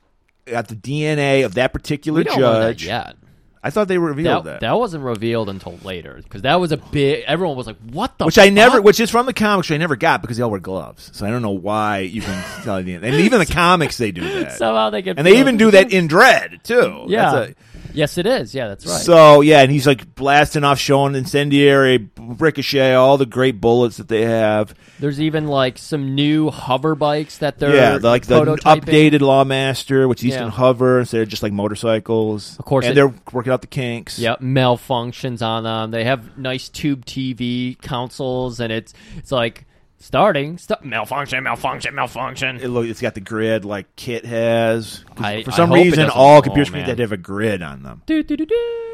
E: got the DNA of that particular
D: We don't learn that
E: judge.
D: yet.
E: I thought they
D: That,
E: revealed that.
D: that wasn't revealed until later because that was a big. Everyone was like, "What the?"
E: which I never,
D: fuck?
E: which is from the comics, which I never got because they all wear gloves. So I don't know why you can tell. The, and even
D: (laughs)
E: the comics, they do that,
D: somehow they get
E: and
D: (laughs)
E: they even do that in Dread too.
D: Yeah.
E: That's a-
D: yes, it is. Yeah, that's right.
E: So yeah, and he's like blasting off, showing incendiary, ricochet, all the great bullets that they have.
D: There's even like some new hover bikes that they're
E: yeah, the- like the n-
D: prototyping.
E: updated Lawmaster, which these
D: Yeah.
E: can hover instead of just like motorcycles.
D: Of course
E: and
D: it-
E: they're working out the kinks.
D: Yep, malfunctions on them. They have nice tube TV consoles, and it's it's like starting st- malfunction, malfunction, malfunction.
E: It look, it's got the grid like Kit has. 'Cause
D: I-
E: For
D: I
E: some
D: hope it
E: reason,
D: doesn't-
E: all
D: oh,
E: computer screens
D: man.
E: that have a grid on them.
D: do do do do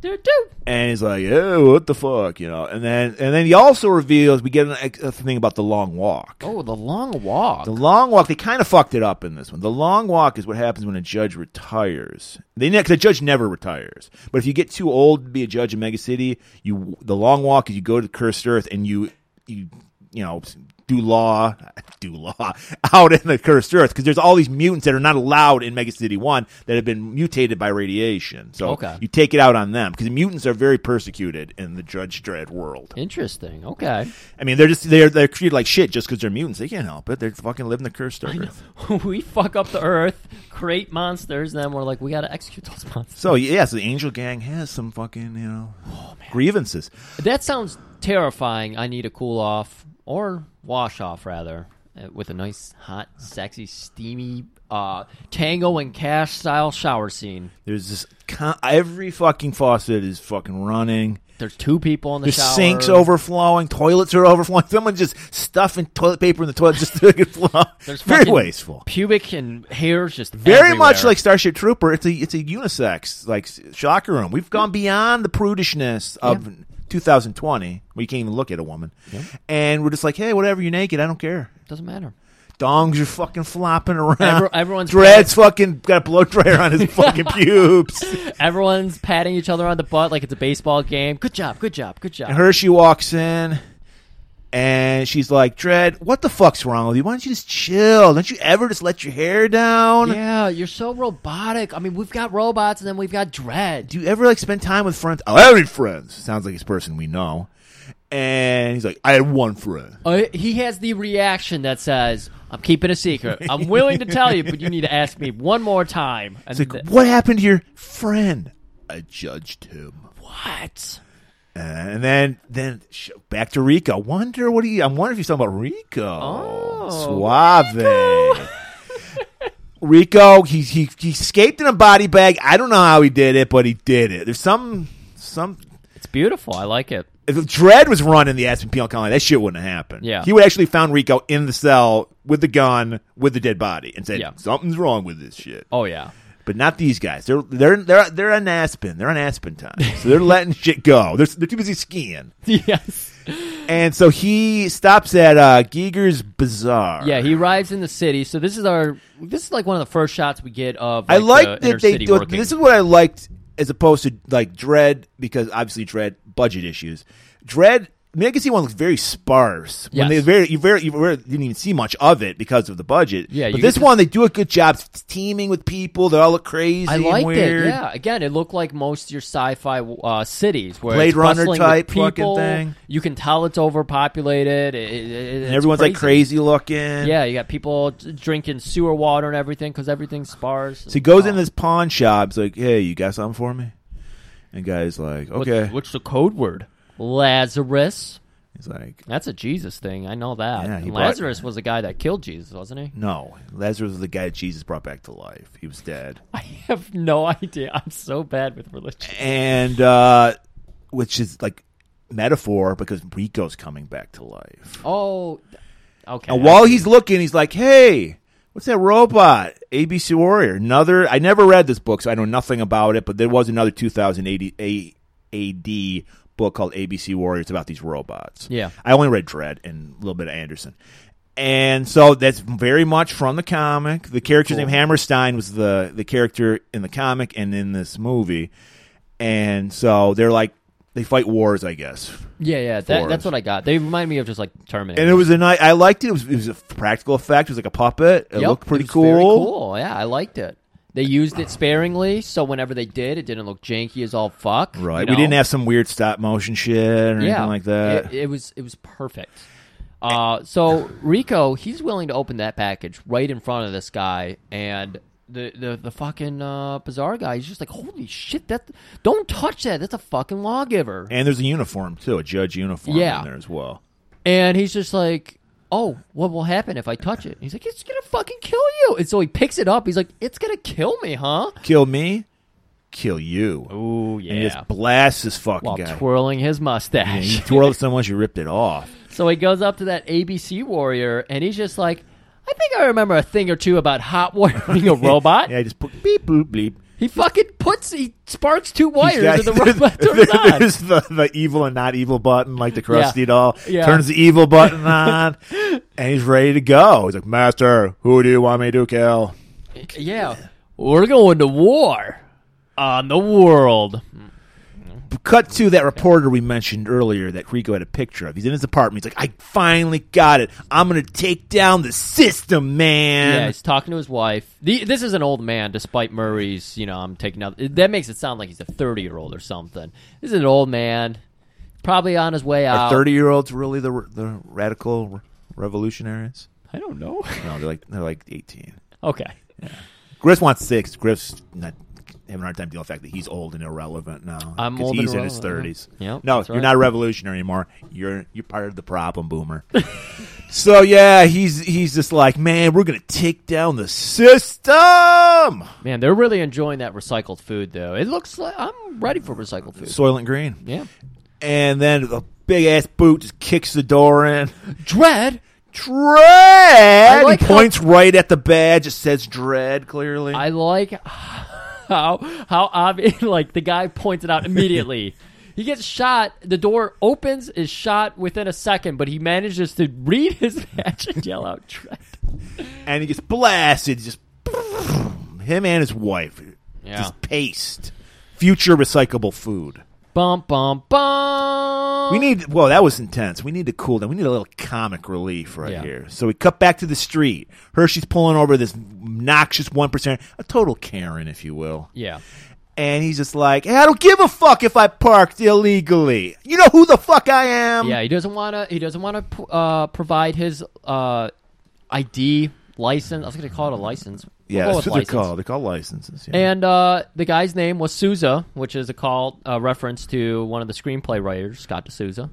D: do do.
E: And he's like, "Oh, what the fuck," you know. And then and then he also reveals we get an, ex- a thing about the long walk.
D: Oh, the long walk.
E: The long walk, they kind of fucked it up in this one. The long walk is what happens when a judge retires. They ne- 'cause the judge never retires, but if you get too old to be a judge in Mega City, you the long walk is you go to cursed earth and you you you know do law, (laughs) do law out in the cursed earth because there's all these mutants that are not allowed in Mega City One that have been mutated by radiation. So
D: Okay.
E: you take it out on them because mutants are very persecuted in the Judge Dredd world.
D: Interesting. Okay.
E: I mean, they're just they're they're treated like shit just because they're mutants. They can't help it. They're fucking living the cursed earth.
D: (laughs) we fuck up the earth, create monsters, and then we're like, we got to execute those (laughs) monsters.
E: So yeah, so the Angel Gang has some fucking you know
D: Oh,
E: grievances.
D: That sounds terrifying. I need a cool off or wash off, rather, uh, with a nice, hot, sexy, steamy uh, tango and cash style shower scene.
E: There's this con- every fucking faucet is fucking running.
D: There's two people in the,
E: The
D: shower.
E: sinks overflowing, toilets are overflowing. Someone's just stuffing toilet paper in the toilet just to make it flow.
D: (laughs) There's
E: Very
D: fucking
E: wasteful.
D: Pubic and hairs just
E: Very much
D: everywhere.
E: like Starship Trooper. It's a it's a unisex like s- shocker room. We've gone beyond the prudishness of 2020. where you can't even look at a woman, and we're just like, hey, whatever, you're naked. I don't care.
D: doesn't matter.
E: Dongs are fucking flopping around.
D: Every- everyone's-
E: dreads fucking got a blow
D: (laughs)
E: dryer on his fucking pubes.
D: Everyone's patting each other on the butt like it's a baseball game. Good job, good job, good job.
E: And Hershey walks in and she's like, Dread, what the fuck's wrong with you? Why don't you just chill? Don't you ever just let your hair down?
D: yeah, you're so robotic. I mean, we've got robots and then we've got dread.
E: Do you ever like spend time with friends? I have any friends. Sounds like this person we know. And he's like, I had one friend.
D: Uh, he has the reaction that says, "I'm keeping a secret. I'm willing to tell you, but you need to ask me one more time." And
E: It's like,
D: th-
E: what happened to your friend? I judged him.
D: what?
E: Uh, And then, then sh- back to Rico. Wonder what he. I wonder if he's talking about Rico. Oh, suave. Rico. (laughs) he he he escaped in a body bag. I don't know how he did it, but he did it. There's some some.
D: It's beautiful. I like it.
E: If Dread was running the Aspen Penal Colony, that shit wouldn't have happened.
D: Yeah.
E: he would actually found Rico in the cell with the gun, with the dead body, and said
D: Yeah.
E: something's wrong with this shit.
D: Oh yeah.
E: But not these guys. They're they're they're they're on Aspen. They're on Aspen time, so they're (laughs) letting shit go. They're they're too busy skiing.
D: (laughs) yes.
E: And so he stops at uh, Giger's Bazaar.
D: Yeah. He arrives in the city. So this is our. This is like one of the first shots we get of. Like,
E: I like
D: the
E: that they
D: inner-city
E: do.
D: working.
E: This is what I liked as opposed to like Dread because obviously Dread budget issues. Dread. Mega C one looks very sparse. When
D: Yes.
E: they very you very you very didn't even see much of it because of the budget.
D: Yeah,
E: but
D: you
E: this
D: get to-
E: one they do a good job teaming with people. They all look crazy.
D: I
E: and
D: liked
E: weird.
D: it. Yeah. Again, it looked like most of your sci-fi uh, cities where
E: Blade
D: it's
E: Runner
D: bustling with
E: type fucking
D: people.
E: thing.
D: You can tell it's overpopulated. It- it- it- it's
E: and everyone's like crazy looking.
D: Yeah, you got people d- drinking sewer water and everything because everything's sparse.
E: So he goes in this pawn shop. He's like, "Hey, you got something for me?" And guy's like, "Okay."
D: What's the code word? Lazarus.
E: He's like,
D: That's a Jesus thing. I know that.
E: Yeah, he
D: And
E: brought-
D: Lazarus was a guy that killed Jesus, wasn't he? (laughs)
E: No, Lazarus was the guy that Jesus brought back to life. He was dead,
D: I have no idea. I'm so bad with religion.
E: and uh, which is like metaphor because Rico's coming back to life.
D: Oh, okay.
E: And while he's looking, he's like, "Hey, what's that robot? ABC Warrior? Another? I never read this book, so I know nothing about it. But there was another 2080 A- AD book called ABC Warrior. It's about these robots.
D: Yeah.
E: I only read Dread and a little bit of Anderson. And so that's very much from the comic. The character's name Hammerstein was the the character in the comic and in this movie. And so they're like they fight wars, I guess.
D: yeah, yeah. That,
E: Forrest.
D: that's what I got. They remind me of just like Terminator.
E: And it was a night I liked it. It was, it was a practical effect. It was like a puppet. It
D: Yep,
E: looked pretty
D: was
E: cool.
D: very cool. Yeah, I liked it. They used it sparingly, so whenever they did, it didn't look janky as all fuck.
E: Right.
D: you
E: We
D: know?
E: didn't have some weird stop motion shit or anything like that.
D: It, it was it was perfect. Uh, so Rico, he's willing to open that package right in front of this guy, and the the, the fucking uh, bizarre guy is just like, "Holy shit! That don't touch that. That's a fucking lawgiver."
E: and there's a uniform too, a judge uniform
D: Yeah.
E: in there as well.
D: And he's just like, "Oh, what will happen if I touch it?" He's like, "It's gonna fucking kill you." And so he picks it up. He's like, "It's gonna kill me, huh?"
E: Kill me, kill you.
D: Ooh,
E: And he just blasts this fucking
D: While
E: guy.
D: twirling his
E: and
D: (laughs) mustache.
E: you twirled it so much you ripped it off.
D: So he goes up to that ABC warrior, and he's just like, I think I remember a thing or two about hot
E: (laughs)
D: wiring a robot.
E: Yeah, I just put beep boop bleep.
D: He fucking puts, he sparks two wires,
E: He's
D: and
E: (laughs)
D: the
E: got-
D: robot
E: there-
D: turns on.
E: There's the, the evil and not evil button, like the Krusty
D: Yeah.
E: doll.
D: Yeah.
E: Turns the
D: (laughs)
E: evil button on, and he's ready to go. He's like, Master, who do you want me to kill?
D: Yeah. We're going to war on the world.
E: Cut to that reporter we mentioned earlier that Rico had a picture of. He's in his apartment. He's like, I finally got it. I'm going to take down the system, man.
D: Yeah, he's talking to his wife. The, this is an old man, despite Murray's. You know, I'm taking out. That makes it sound like he's a 30 year old or something. This is an old man, probably on his way
E: Are
D: out.
E: 30 year olds really the, the radical re- revolutionaries?
D: I don't know. (laughs)
E: No, they're like, they're like 18.
D: okay.
E: Griff wants six. Griff's not having a hard time dealing with the fact that he's old and irrelevant now.
D: I'm
E: 'Cause
D: old and
E: He's in his
D: irrelevant,
E: thirties.
D: yeah. Yep,
E: no,
D: that's
E: you're
D: right.
E: not a revolutionary anymore. You're you're part of the problem, boomer. (laughs) so yeah, he's he's just like, man, we're gonna take down the system.
D: Man, they're really enjoying that recycled food, though. It looks like I'm ready for recycled food.
E: Soylent Green.
D: yeah.
E: And then the big ass boot just kicks the door in.
D: Dread.
E: Dread.
D: like
E: he
D: how-
E: points right at the badge. It says Dread clearly.
D: I like (laughs) how how obvious. (laughs) Like the guy points
E: (laughs)
D: it out immediately. he gets shot. The door opens. Is shot within a second, but he manages to read his (laughs) match and yell out "Dread."
E: and he gets blasted. Just him and his wife.
D: Yeah.
E: Just paste. Future recyclable food.
D: Bum bum bum.
E: We need. Whoa, that was intense. We need to cool down. We need a little comic relief right
D: Yeah.
E: here. So we cut back to the street. Hershey's pulling over this noxious one percent, a total Karen, if you will.
D: Yeah.
E: And he's just like, "Hey, I don't give a fuck if I parked illegally. You know who the fuck I am."
D: Yeah, he doesn't want to. He doesn't want to uh, provide his uh, ID license. I was going to call it a license. We'll go
E: yeah. That's
D: with
E: what they're
D: license.
E: called. They're called licenses. Yeah.
D: And uh, the guy's name was Souza, which is a call a reference to one of the screenplay writers, Scott D'Souza.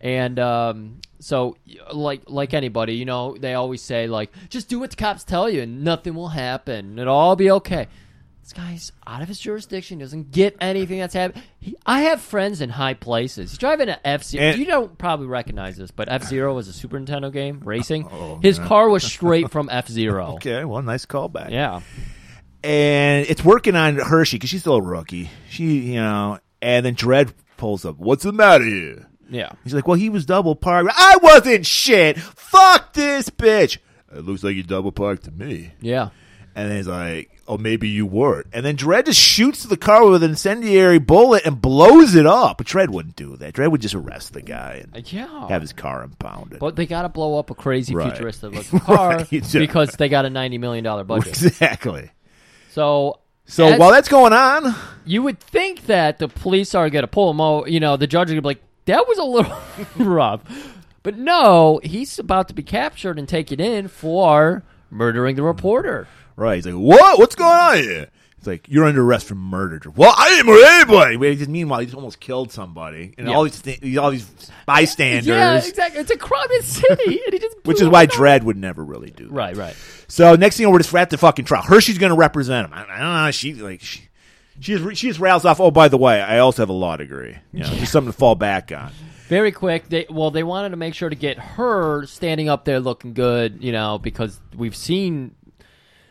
D: And um, so, like like anybody, you know, they always say like, just do what the cops tell you, and nothing will happen. It'll all be okay. This guy's out of his jurisdiction. Doesn't get anything that's happening. I have friends in high places. He's driving an F Zero.
E: And-
D: You don't probably recognize this, but F Zero was a Super Nintendo game racing. his car
E: (laughs)
D: was straight from F Zero.
E: Oh, okay. Well, nice callback.
D: Yeah.
E: and it's working on Hershey because she's still a rookie. She, you know, and then Dredd pulls up. What's the matter here?
D: Yeah.
E: He's like, well, he was double parked. I wasn't shit. Fuck this bitch. It looks like you double parked to me.
D: Yeah.
E: And then he's like, oh, maybe you weren't. And then Dredd just shoots the car with an incendiary bullet and blows it up. But Dredd wouldn't do that. Dredd would just arrest the guy and
D: Yeah.
E: have his car impounded.
D: But they got to blow up a crazy
E: Right. (laughs)
D: futuristic looking car
E: Right, yeah.
D: because they got a ninety million dollar budget.
E: (laughs) exactly.
D: So,
E: So
D: as-
E: while that's going on,
D: you would think that the police are gonna pull him out, you know, the judge is gonna be like, "That was a little (laughs) rough," but no, he's about to be captured and taken in for murdering the reporter.
E: Right. He's like, what? What's going on here? He's like, you're under arrest for murder. Well, I didn't murder anybody. Wait, just meanwhile, he just almost killed somebody, and
D: Yeah.
E: all these thi- all these bystanders,
D: Yeah, exactly. It's a crowded city, and he just
E: which
D: blew
E: is why
D: it up.
E: Dredd would never really do. That.
D: Right, right.
E: So next thing we're just we're at the fucking trial. Hershey's going to represent him. I, I don't know. She like she. She just, re- she just rattles off. Oh, by the way, I also have a law degree. You know, just something to fall back on.
D: Very quick. They well, they wanted to make sure to get her standing up there looking good, you know, because we've seen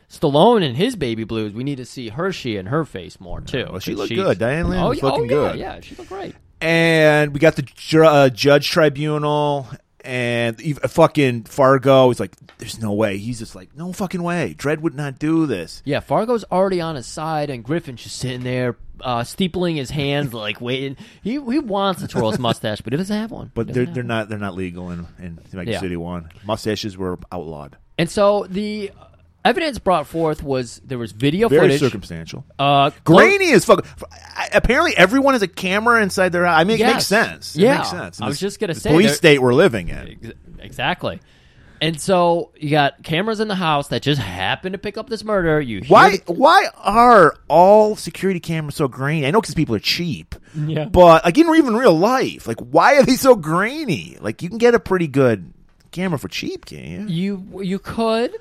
D: Stallone and his baby blues. We need to see Hershey and her face more too.
E: Well, she
D: 'cause
E: looked
D: she's-
E: good. Diane Lane
D: oh,
E: was
D: yeah, oh,
E: looking
D: yeah,
E: good.
D: Yeah, she looked great.
E: and we got the ju- uh, judge tribunal and ev- uh, fucking Fargo is like, there's no way. He's just like, no fucking way. Dredd would not do this.
D: Yeah, Fargo's already on his side, and Griffin's just sitting there, uh, steepling his hands, (laughs) like waiting. He he wants to twirl his mustache, but he doesn't have one.
E: (laughs) But
D: Doesn't
E: they're
D: have
E: they're
D: one.
E: not they're not legal in in Mega
D: Yeah.
E: City One. Mustaches were outlawed.
D: And so the evidence brought forth was there was video
E: Very
D: footage.
E: circumstantial.
D: uh, clo-
E: Grainy is fucking. Apparently, everyone has a camera inside their. eye. I mean, it makes
D: Yes.
E: sense. It
D: Yeah.
E: makes sense.
D: I was just gonna
E: this
D: say,
E: police
D: there-
E: state we're living in.
D: Ex- Exactly. And so you got cameras in the house that just happen to pick up this murder. You hear
E: Why?
D: the-
E: Why are all security cameras so grainy? I know because people are cheap.
D: Yeah.
E: But like, in even real life, like, why are they so grainy? Like, you can get a pretty good camera for cheap, can you?
D: you you could,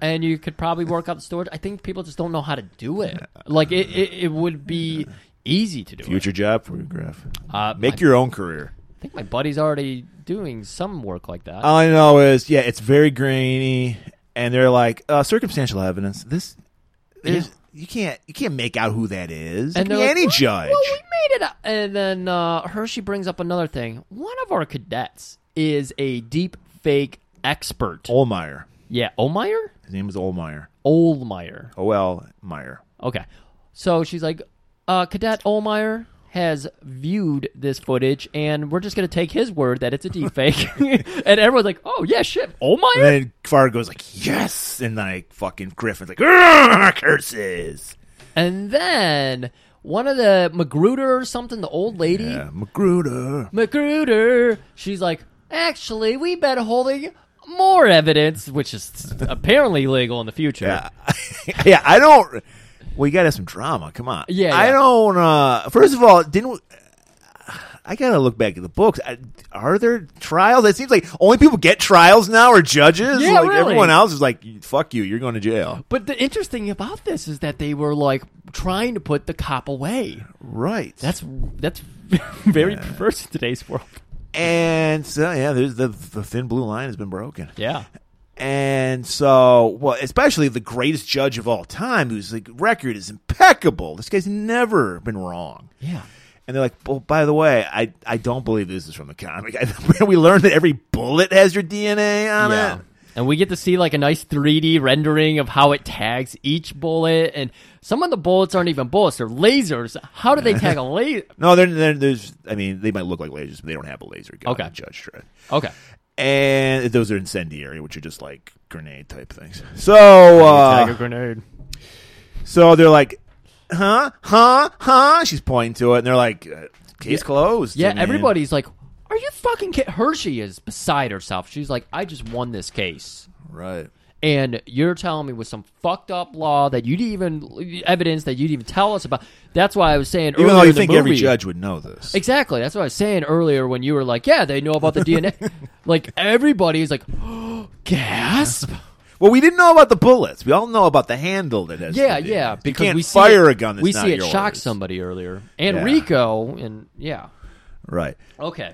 D: and you could probably work out the storage. I think people just don't know how to do it. Like it, it, it would be easy to do. it.
E: Future job for you, Griff.
D: Uh,
E: Make your own career.
D: I think my buddy's already doing some work like that.
E: All I know is, yeah, it's very grainy, and they're like uh, circumstantial evidence. This, there's, you can't, you can't make out who that is. It
D: and they're
E: could be
D: like,
E: any
D: "Well,
E: judge.
D: Well, we made it up. And then uh, Hershey brings up another thing. One of our cadets is a deep fake expert.
E: Oh. Olmeyer.
D: yeah, Olmeyer?
E: His name is Olmeyer.
D: Olmeyer.
E: O L Meyer.
D: Okay. So she's like, uh, Cadet Olmeyer, has viewed this footage, and we're just going to take his word that it's a deep fake.
E: (laughs)
D: (laughs) and everyone's like, "Oh yeah, shit, oh my."
E: And then Fargo's like, yes. And like fucking Griffin's like, "Grr, curses.
D: And then one of the Magruder or something, the old lady
E: Yeah, Magruder. (laughs)
D: Magruder, she's like, actually, we've been holding more evidence, which is apparently legal in the future.
E: Yeah. yeah, I don't. Well, you got to have some drama. Come on.
D: Yeah,
E: I
D: yeah.
E: don't. Uh, first of all, didn't. we- I got to look back at the books. I, are there trials? It seems like only people get trials now are judges.
D: Yeah,
E: like
D: really.
E: everyone else is like, fuck you, you're going to jail.
D: But the interesting about this is that they were like trying to put the cop away.
E: Right.
D: That's that's (laughs) very perverse in today's world.
E: and so yeah, there's the the thin blue line has been broken.
D: Yeah.
E: And so, well, especially the greatest judge of all time, whose like record is impeccable. This guy's never been wrong.
D: Yeah.
E: And they're like, well, by the way, I, I don't believe this is from the comic. (laughs) we learned that every bullet has your DNA on
D: Yeah.
E: it.
D: And we get to see like a nice 3D rendering of how it tags each bullet, and some of the bullets aren't even bullets; they're lasers. How do they tag a laser?
E: No, they're, they're, there's, I mean, they might look like lasers, but they don't have a laser gun.
D: Okay.
E: Judge Dredd.
D: (laughs) Okay,
E: And those are incendiary, which are just like grenade type things. So,
D: tag a
E: uh,
D: grenade.
E: so they're like, huh, huh, huh. She's pointing to it, and they're like, uh, case closed. I
D: Yeah,
E: mean,
D: everybody's like, "Are you fucking kidding?" Hershey is beside herself. She's like, "I just won this case,
E: Right.
D: and you're telling me with some fucked up law that you didn't even evidence that you didn't even tell us about." That's why I was saying
E: Even
D: earlier
E: though you
D: in the
E: think
D: movie,
E: every judge would know this.
D: Exactly. That's what I was saying earlier when you were like, "Yeah, they know about the
E: (laughs)
D: DNA." like everybody's like, (gasps) "Gasp!"
E: Well, we didn't know about the bullets. We all know about the handle that has.
D: Yeah,
E: the-
D: yeah.
E: You
D: Because
E: can't
D: we see
E: fire
D: it,
E: a gun. That's
D: we
E: not
D: see it
E: yours.
D: shock somebody earlier, and
E: Yeah.
D: Rico, and yeah,
E: Right.
D: okay.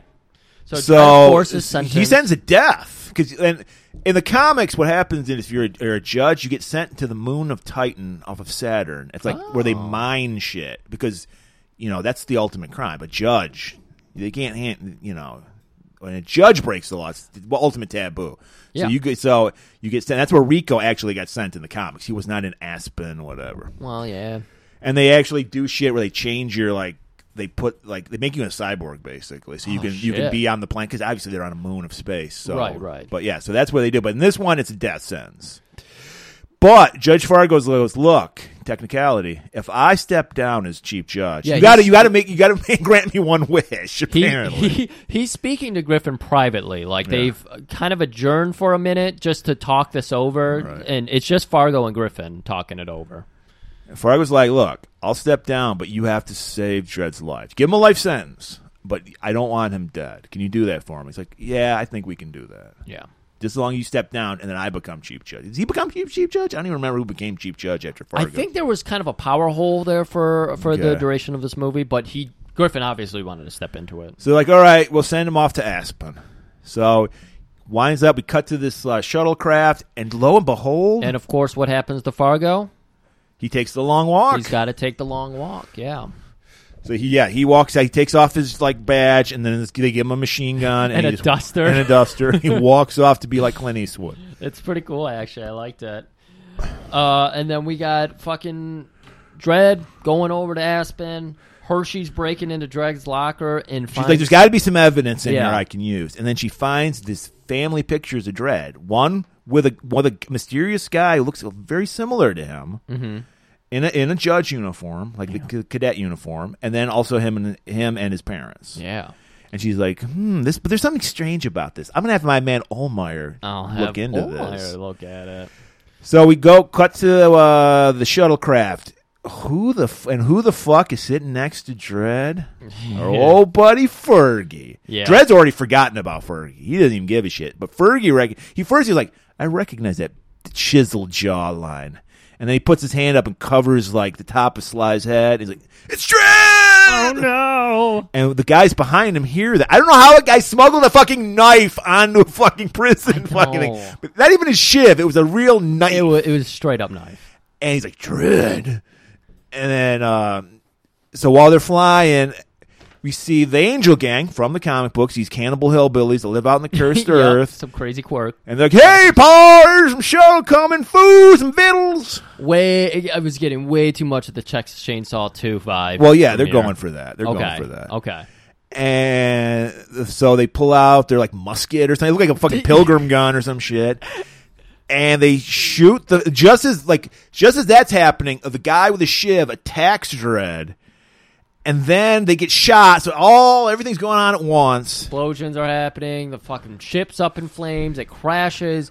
D: So,
E: So
D: Force is
E: he
D: sentenced.
E: sends a death because and in the comics, what happens is if you're a, you're a judge, you get sent to the moon of Titan off of Saturn. It's like where
D: Oh.
E: they mine shit because you know that's the ultimate crime. A judge, they can't hand you know. When a judge breaks the law, it's the ultimate taboo.
D: Yeah.
E: So you get so you get sent. That's where Rico actually got sent in the comics. He was not in Aspen, whatever.
D: Well, yeah.
E: and they actually do shit where they change your like they put like they make you a cyborg basically so you can you can
D: Oh, shit.
E: be on the planet because obviously they're on a moon of space so
D: Right, right.
E: but yeah so that's what they do but in this one it's a death sentence but judge fargo's goes look technicality if i step down as chief judge
D: Yeah,
E: you gotta
D: he's-
E: you gotta make you gotta (laughs) grant me one wish
D: He,
E: apparently
D: he he's speaking to Griffin privately. Like they've kind of adjourned for a minute just to talk this over, and it's just Fargo and Griffin talking it over.
E: Fargo's like, look, I'll step down, but you have to save Dred's life. Give him a life sentence, but I don't want him dead. Can you do that for me? He's like, yeah, I think we can do that.
D: Yeah.
E: Just as long as you step down, and then I become chief judge. Does he become chief chief judge? I don't even remember who became chief judge after Fargo.
D: I think there was kind of a power hole there for for the
E: Okay.
D: duration of this movie, but he Griffin obviously wanted to step into it.
E: so. Like, all right, we'll send him off to Aspen. So winds up. We cut to this uh, shuttlecraft, and lo and behold,
D: And of course, what happens to Fargo?
E: he takes the long walk.
D: He's got to take the long walk. Yeah.
E: so he, yeah, he walks. out, He takes off his like badge, and then they give him a machine
D: (laughs)
E: gun
D: And
E: he
D: a duster.
E: and a
D: (laughs)
E: duster. he walks off to be like Clint Eastwood.
D: It's pretty cool, actually. I liked it. Uh, and then we got fucking Dread going over to Aspen. Hershey's breaking into Dred's locker and
E: She's
D: finds
E: like, there's got to be some evidence in
D: Yeah.
E: here I can use. And then she finds this family pictures of Dread. One with a with a mysterious guy who looks very similar to him
D: Mm-hmm.
E: in a in a judge uniform, like the c- cadet uniform, and then also him and him and his parents.
D: yeah.
E: And she's like, hmm, this, but there's something strange about this. I'm gonna have my man Olmeyer
D: I'll have
E: look into
D: Olmeyer
E: this.
D: Look at it.
E: So we go cut to uh, the shuttlecraft. Who the f- and who the fuck is sitting next
D: (laughs)
E: to Dread? Our old buddy Fergie.
D: Yeah.
E: Dread's already forgotten about Fergie. He doesn't even give a shit. But Fergie, rec- he first he's like, I recognize that chiseled jawline, and then he puts his hand up and covers like the top of Sly's head. He's like, It's Dread. Oh
D: No.
E: And the guys behind him hear that. I don't know how a guy smuggled a fucking knife onto a fucking prison fucking thing.
D: know.
E: But not even a shiv. It was a real knife
D: It was, it was straight up knife.
E: and he's like dread and then um, so while they're flying We see the Angel Gang from the comic books, these cannibal hillbillies that
D: (laughs)
E: live out in the cursed
D: Yeah,
E: earth.
D: Some crazy quirk.
E: And they're like, hey, Paul, here's some show coming, food, some vittles.
D: Way, I was getting way too much of the Texas Chainsaw 2 vibe.
E: Well, yeah,
D: from
E: they're
D: here.
E: going for that. They're
D: okay.
E: going for that.
D: Okay.
E: And so they pull out their like musket or something. They look like a fucking pilgrim gun or some shit. And they shoot the just as like just as that's happening, the guy with the shiv attacks Dread, and then they get shot. So all everything's going on at once.
D: Explosions are happening. The fucking ship's up in flames. It crashes.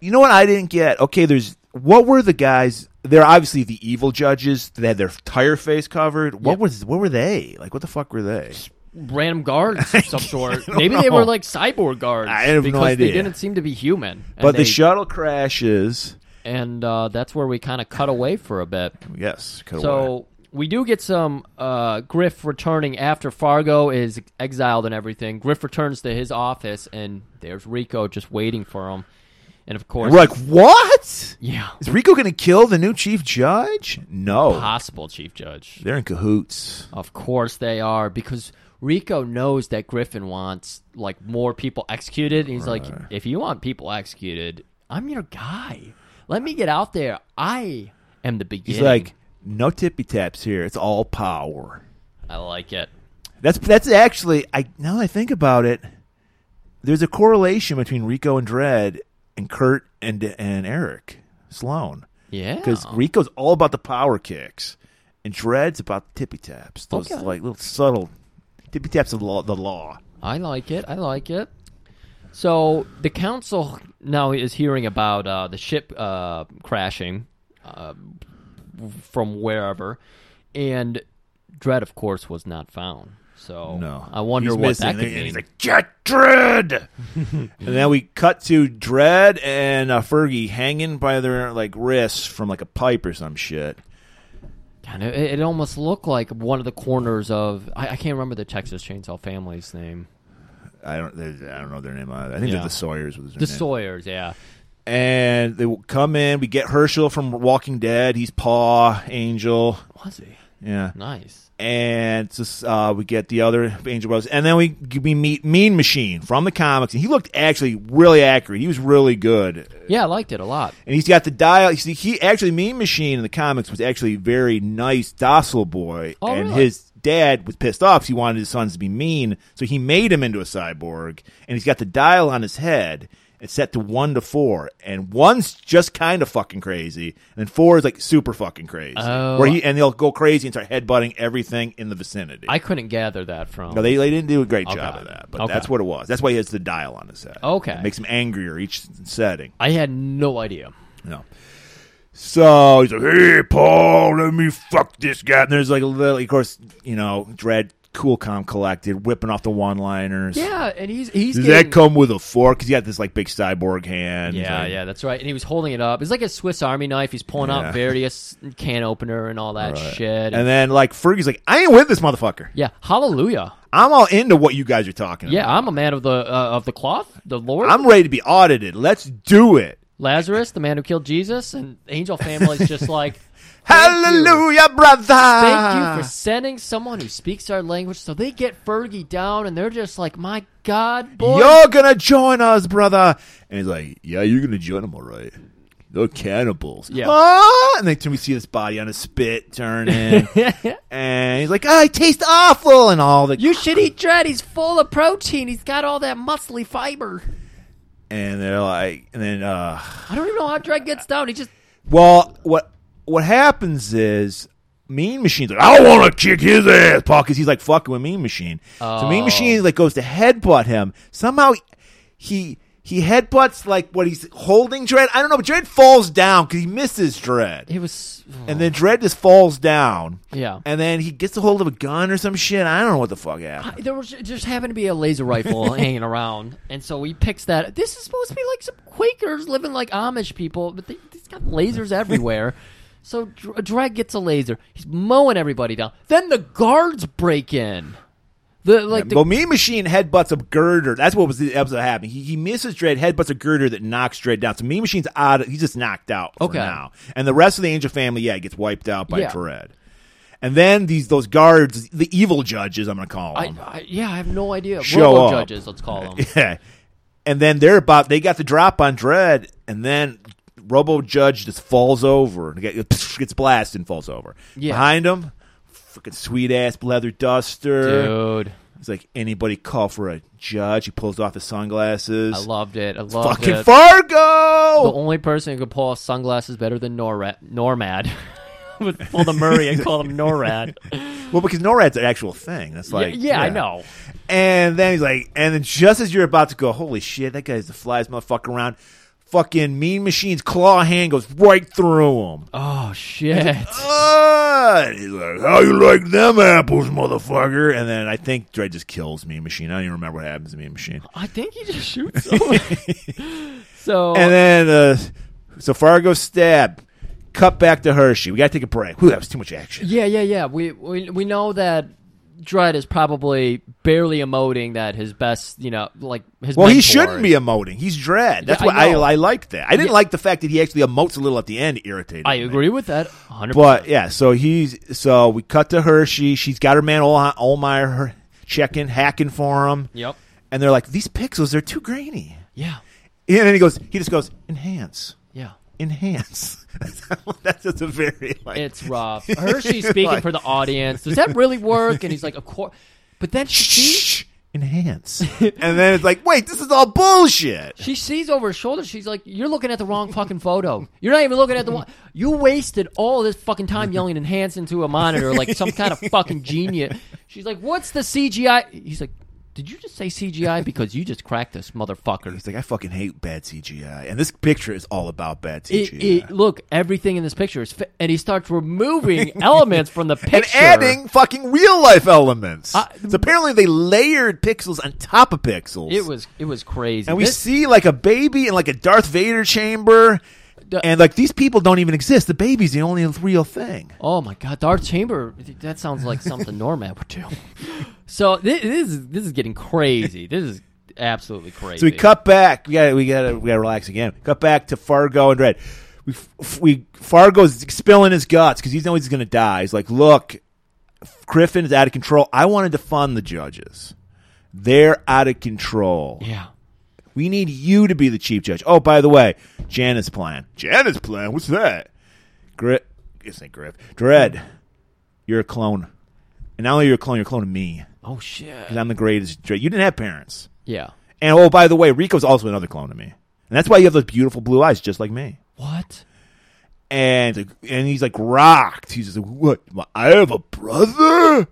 E: You know what I didn't get? Okay, there's what were the guys? They're obviously the evil judges. They had their entire face covered. What
D: Yep.
E: was what were they like? What the fuck were they?
D: Random guards of
E: (laughs)
D: some sort. Maybe they
E: know.
D: were like cyborg guards.
E: I have no
D: because They
E: idea.
D: didn't seem to be human. And
E: But
D: they-
E: the shuttle crashes.
D: and uh, that's where we kind of cut away for a bit.
E: Yes, cut away.
D: So we do get some uh, Griff returning after Fargo is exiled and everything. Griff returns to his office, and there's Rico just waiting for him. And of course,
E: we're like, what?
D: yeah,
E: Is Rico going to kill the new chief judge? No.
D: possible chief judge.
E: They're in cahoots.
D: Of course they are, because Rico knows that Griffin wants like more people executed. And he's like, if you want people executed, I'm your guy. Let me get out there. I am the beginning.
E: He's like, no tippy taps here. It's all power.
D: I like it.
E: That's that's actually I now that I think about it. There's a correlation between Rico and Dread and Kurt and and Eric Sloan
D: Yeah.
E: because Rico's all about the power kicks and Dread's about the tippy taps. Those
D: Okay.
E: like little subtle tippy taps of the law. The law.
D: I like it. I like it. So the council now is hearing about uh, the ship uh, crashing uh, from wherever, and Dread, of course, was not found. So
E: No,
D: I wonder
E: He's
D: what
E: missing.
D: that could
E: And
D: mean.
E: He's like, get Dread, (laughs) and then we cut to Dread and uh, Fergie hanging by their like wrists from like a pipe or some shit.
D: Kind of, it, it almost looked like one of the corners of I, I can't remember the Texas Chainsaw Family's name.
E: I don't, they- I don't know their name. Either. I think
D: Yeah.
E: they're the Sawyer's. Was their
D: The
E: name.
D: Sawyers, yeah.
E: and they come in. We get Herschel from Walking Dead. He's Paw Angel.
D: Was he
E: Yeah,
D: nice?
E: and just, uh, we get the other Angel Brothers, and then we we meet Mean Machine from the comics, and he looked actually really accurate. He was really good
D: Yeah, I liked it a lot.
E: and he's got the dial. You see, he actually Mean Machine in the comics was actually a very nice, docile boy,
D: Oh,
E: and
D: really?
E: his dad was pissed off. 'cause He wanted his sons to be mean, so he made him into a cyborg, and he's got the dial on his head. It's set to one to four, and one's just kind of fucking crazy, and four is like super fucking crazy.
D: Oh.
E: Where he and they'll go crazy and start headbutting everything in the vicinity.
D: I couldn't gather that from.
E: no, they, they didn't do a great
D: Okay.
E: job of that, but
D: Okay.
E: that's what it was. That's why he has the dial on his head.
D: Okay.
E: it makes him angrier each setting.
D: I had no idea.
E: No. So he's like, "Hey, Paul, let me fuck this guy." And there's like a little, of course, you know, Dread, cool, calm, collected, whipping off the one-liners.
D: Yeah, and he's he's
E: Does
D: getting-
E: that come with a fork? Because he got this like big cyborg hand.
D: Yeah,
E: Like,
D: yeah, that's right. And he was holding it up. It's like a Swiss Army knife. He's pulling
E: Yeah.
D: out various can opener and all that shit.
E: And then like Fergie's like, "I ain't with this motherfucker.
D: yeah, hallelujah.
E: I'm all into what you guys are talking
D: Yeah,
E: about.
D: I'm a man of the uh, of the cloth, the Lord
E: I'm ready to be audited. Let's do it.
D: Lazarus, the man who killed Jesus, and the Angel Family's just
E: (laughs)
D: like thank you.
E: Hallelujah, brother.
D: Thank
E: Ah.
D: you for sending someone who speaks our language. So they get Fergie down, and they're just like, "My God, boy,
E: You're gonna join us, brother. And he's like, Yeah, you're gonna join them, all right. They're cannibals.
D: Yeah.
E: Ah! And then we see this body on a
D: (laughs)
E: spit turning, and he's like, I taste awful, and all the.
D: you should eat dread. He's full of protein. He's got all that muscly fiber.
E: and they're like, and then, uh,
D: I don't even know how dread gets down. He just
E: well, what what happens is. Mean Machine's like, I want to kick his ass, Paul, because he's like fucking with Mean Machine. So Mean Machine like goes to headbutt him. Somehow he he headbutts like what he's holding Dread. I don't know, but Dread falls down because he misses Dread.
D: it was
E: And then Dredd just falls down.
D: Yeah.
E: And then he gets a hold of a gun or some shit. I don't know what the fuck happened.
D: There was just happened to be a laser rifle hanging around, and so he picks that. This is supposed to be like some Quakers living like Amish people, but they, he's got lasers everywhere. so Dr- Drag gets a laser. He's mowing everybody down. Then the guards break in. The like the,
E: well, Mean Machine headbutts a girder. That's what was the episode happening. He, he misses Dredd, headbutts a girder that knocks Dredd down. So Mean Machine's out. He's just knocked out for
D: Okay.
E: now. And the rest of the Angel family, yeah, gets wiped out by
D: Yeah.
E: Dredd. And then these those guards, the evil judges, I'm going to call
D: I,
E: them. (laughs)
D: I, yeah, I have no idea.
E: Um, Show
D: Robo
E: up.
D: judges, let's
E: (laughs)
D: call them.
E: Yeah. And then they're about they got the drop on Dread, and then Robo Judge just falls over and gets, gets blasted and falls over.
D: Yeah.
E: Behind him, freaking sweet ass leather duster.
D: Dude,
E: It's like anybody call for a judge. He pulls off his sunglasses.
D: I loved it. I loved
E: Fucking
D: it. the
E: Fargo.
D: only person who could pull off sunglasses better than Norad, Normad (laughs) would pull the Murray and call him
E: (laughs)
D: Norad.
E: Well, because NORAD's an actual thing. That's like
D: yeah, I know.
E: And then he's like, and then just as you're about to go, holy shit, that guy's the flyest motherfucker around. Fucking Mean Machine's claw hand goes right through
D: (laughs)
E: him.
D: Oh shit!
E: Ah, and he's like, "How you like them apples, motherfucker?" And then I think Dread just kills Mean Machine. I don't even remember what happens to Mean Machine.
D: I think he just shoots. Someone.
E: (laughs)
D: (laughs) so
E: And then, uh, so Fargo stab, cut back to Hershey. We gotta take a break. Whew, that was too much action.
D: yeah, yeah, yeah. We we we know that. Dread is probably barely emoting that his best, you know, like his.
E: Well, he
D: mentor
E: shouldn't
D: is-
E: be emoting. He's Dread. That's
D: Yeah,
E: why
D: I
E: I,
D: know.
E: I, like that. I didn't
D: Yeah.
E: like the fact that he actually emotes a little at the end. Irritated.
D: I
E: me.
D: agree with that, hundred.
E: But yeah, so he's so we cut to Hershey. She's got her man Ol- Olmeyer her- checking, hacking for him.
D: Yep.
E: And they're like, these pixels, they're too grainy.
D: Yeah.
E: And then he goes, he just goes, enhance,
D: Yeah.
E: enhance. (laughs) That's just a very like.
D: It's
E: (laughs)
D: rough. Hershey's speaking for the audience. Does that really work? And he's like, of course. But then she sees,
E: shh, enhance. (laughs) and then it's like, wait, this is all bullshit.
D: she sees over her shoulder. She's like, you're looking at the wrong fucking photo. You're not even looking at the one. You wasted all this fucking time yelling enhance into a monitor like some kind of fucking genius. She's like, what's the CGI? He's like, did you just say CGI? Because you just cracked this motherfucker.
E: He's like, I fucking hate bad CGI, and this picture is all about bad
D: It,
E: CGI.
D: it, look, everything in this picture is, fi- and he starts removing elements from the picture
E: (laughs) and adding fucking real life elements.
D: I-
E: so apparently they layered pixels on top of pixels.
D: It was it was crazy.
E: and we
D: This-
E: see like a baby in like a Darth Vader chamber,
D: The-
E: and like these people don't even exist. The baby's the only real thing.
D: Oh my God, Darth Chamber. That sounds like
E: (laughs)
D: something Norman would do. So this, this is this is getting crazy. This is absolutely crazy.
E: (laughs) So we cut back. We got we got to we got to relax again. Cut back to Fargo and Red. We f- we Fargo's spilling his guts because he knows he's gonna die. He's like, look, Griffin is out of control. I wanted to fund the judges. They're out of control.
D: Yeah.
E: We need you to be the chief judge. Oh, by the way, Janet's plan. Janet's plan. What's that? Grit. It's not Griff. Dread. You're a clone, and not only you're a clone, you're a clone of me.
D: Oh shit.
E: 'Cause I'm the greatest. Dread. You didn't have parents.
D: Yeah.
E: And oh, by the way, Rico's also another clone of me, and that's why you have those beautiful blue eyes, just like me.
D: What?
E: And and he's like rocked. He's just like, what? I have a brother.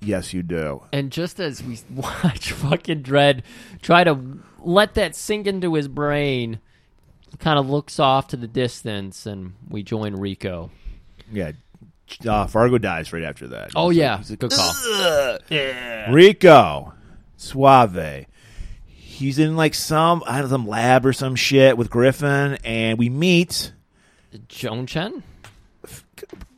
E: Yes, you do.
D: And just as we (laughs) watch fucking Dread try to let that sink into his brain, he kind of looks off to the distance, and we join Rico.
E: Yeah. Uh, Fargo dies right after that.
D: Oh yeah, good call.
E: Rico Suave. He's in like some I don't know, some lab or some shit with Griffin, and we meet
D: Joan Chen.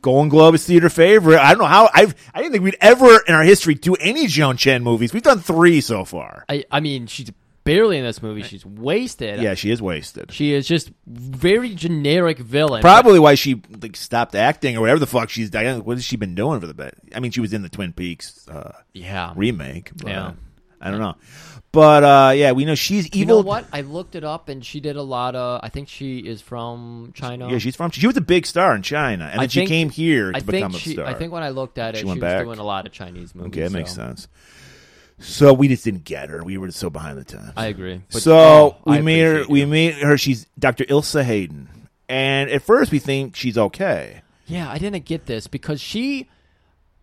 E: Golden Globe is theater favorite. I don't know how I've I didn't think we'd ever in our history do any Joan Chen movies. We've done three so far.
D: I I mean, she's barely in this movie. She's wasted.
E: Yeah, she is wasted.
D: She is just very generic villain.
E: Probably why she like stopped acting or whatever the fuck she's done. What has she been doing for the bit? I mean, she was in the Twin Peaks uh,
D: Yeah.
E: remake. But
D: Yeah.
E: I don't know. But uh, yeah, we know she's evil.
D: You know what? I looked it up, and she did a lot of. I think she is from China.
E: Yeah, she's from. She was a big star in China, and
D: I
E: then she
D: think-
E: came here to
D: I
E: become
D: think
E: a
D: she,
E: star.
D: I think when I looked at it,
E: She
D: she,
E: went
D: was
E: back.
D: doing a lot of Chinese movies.
E: okay, that makes
D: so.
E: sense. So we just didn't get her. We were so behind the times.
D: I agree. But-
E: so
D: oh,
E: we
D: I
E: meet her.
D: appreciate
E: We
D: you.
E: meet her. She's Dr. Ilsa Hayden, and at first we think she's okay.
D: Yeah, I didn't get this because she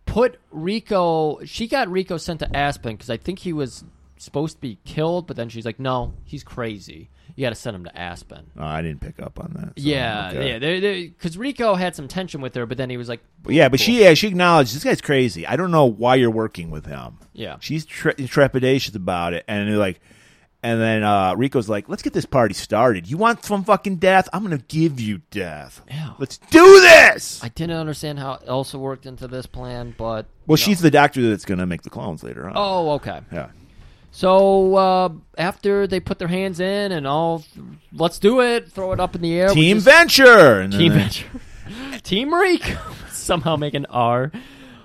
D: put Rico. She got Rico sent to Aspen because I think he was supposed to be killed, but then she's like, "No, he's crazy. You got to send him to Aspen."
E: Oh, I didn't pick up on that. so,
D: Yeah,
E: okay.
D: yeah, because Rico had some tension with her, but then he was like,
E: But yeah, but she yeah, she acknowledged this guy's crazy. I don't know why you're working with him.
D: Yeah.
E: she's tre- trepidatious about it, and they're like, and then uh, Rico's like, let's get this party started. You want some fucking death? I'm gonna give you death.
D: Yeah.
E: Let's do this.
D: I didn't understand how Elsa worked into this plan, but
E: well,
D: no.
E: she's the doctor that's gonna make the clones later on.
D: Oh, okay.
E: yeah.
D: So uh, after they put their hands in and all, let's do it. Throw it up in the air. which
E: Team
D: is-
E: Venture. And
D: Oh, (laughs)
E: then
D: team
E: they-
D: venture. team reek. somehow make an R.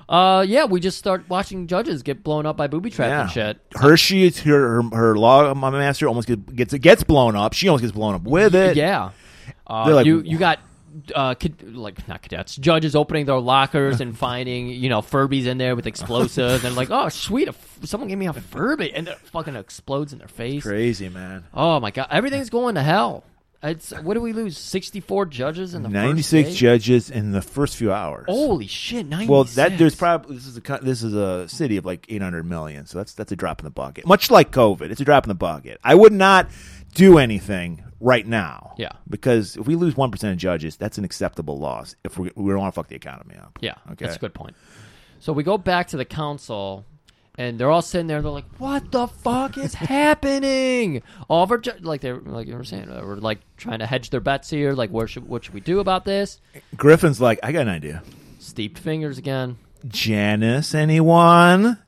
D: Uh, yeah, we just start watching judges get blown up by booby trap and shit.
E: Hershey, her her, her law my master almost get- gets gets blown up. She almost gets blown up with it.
D: Yeah. Uh,
E: They're like-
D: you you got uh, cad- like not cadets, judges opening their lockers and finding you know Furbies in there with explosives and like oh sweet, a f- someone gave me a Furby and it fucking explodes in their face.
E: crazy man.
D: Oh my god, everything's going to hell. It's what do we lose? Sixty four judges in the
E: Ninety six
D: first day? Oh,
E: judges in the first few hours.
D: Holy shit, ninety.
E: Well, that there's probably this is a co- this is a city of like 800 million, so that's that's a drop in the bucket. Much like COVID, it's a drop in the bucket. I would not do anything right now.
D: Yeah.
E: because if we lose one percent of judges, that's an acceptable loss. If we, we don't want to fuck the economy up.
D: Yeah,
E: Okay.
D: that's a good point. So we go back to the council, and they're all sitting there. They're like, "What the fuck is happening?" All of our ju- like they like you were saying, uh, we're like trying to hedge their bets here. Like, where should what should we do about this?
E: Griffin's like, I got an idea.
D: Steeped fingers again.
E: Janice, anyone?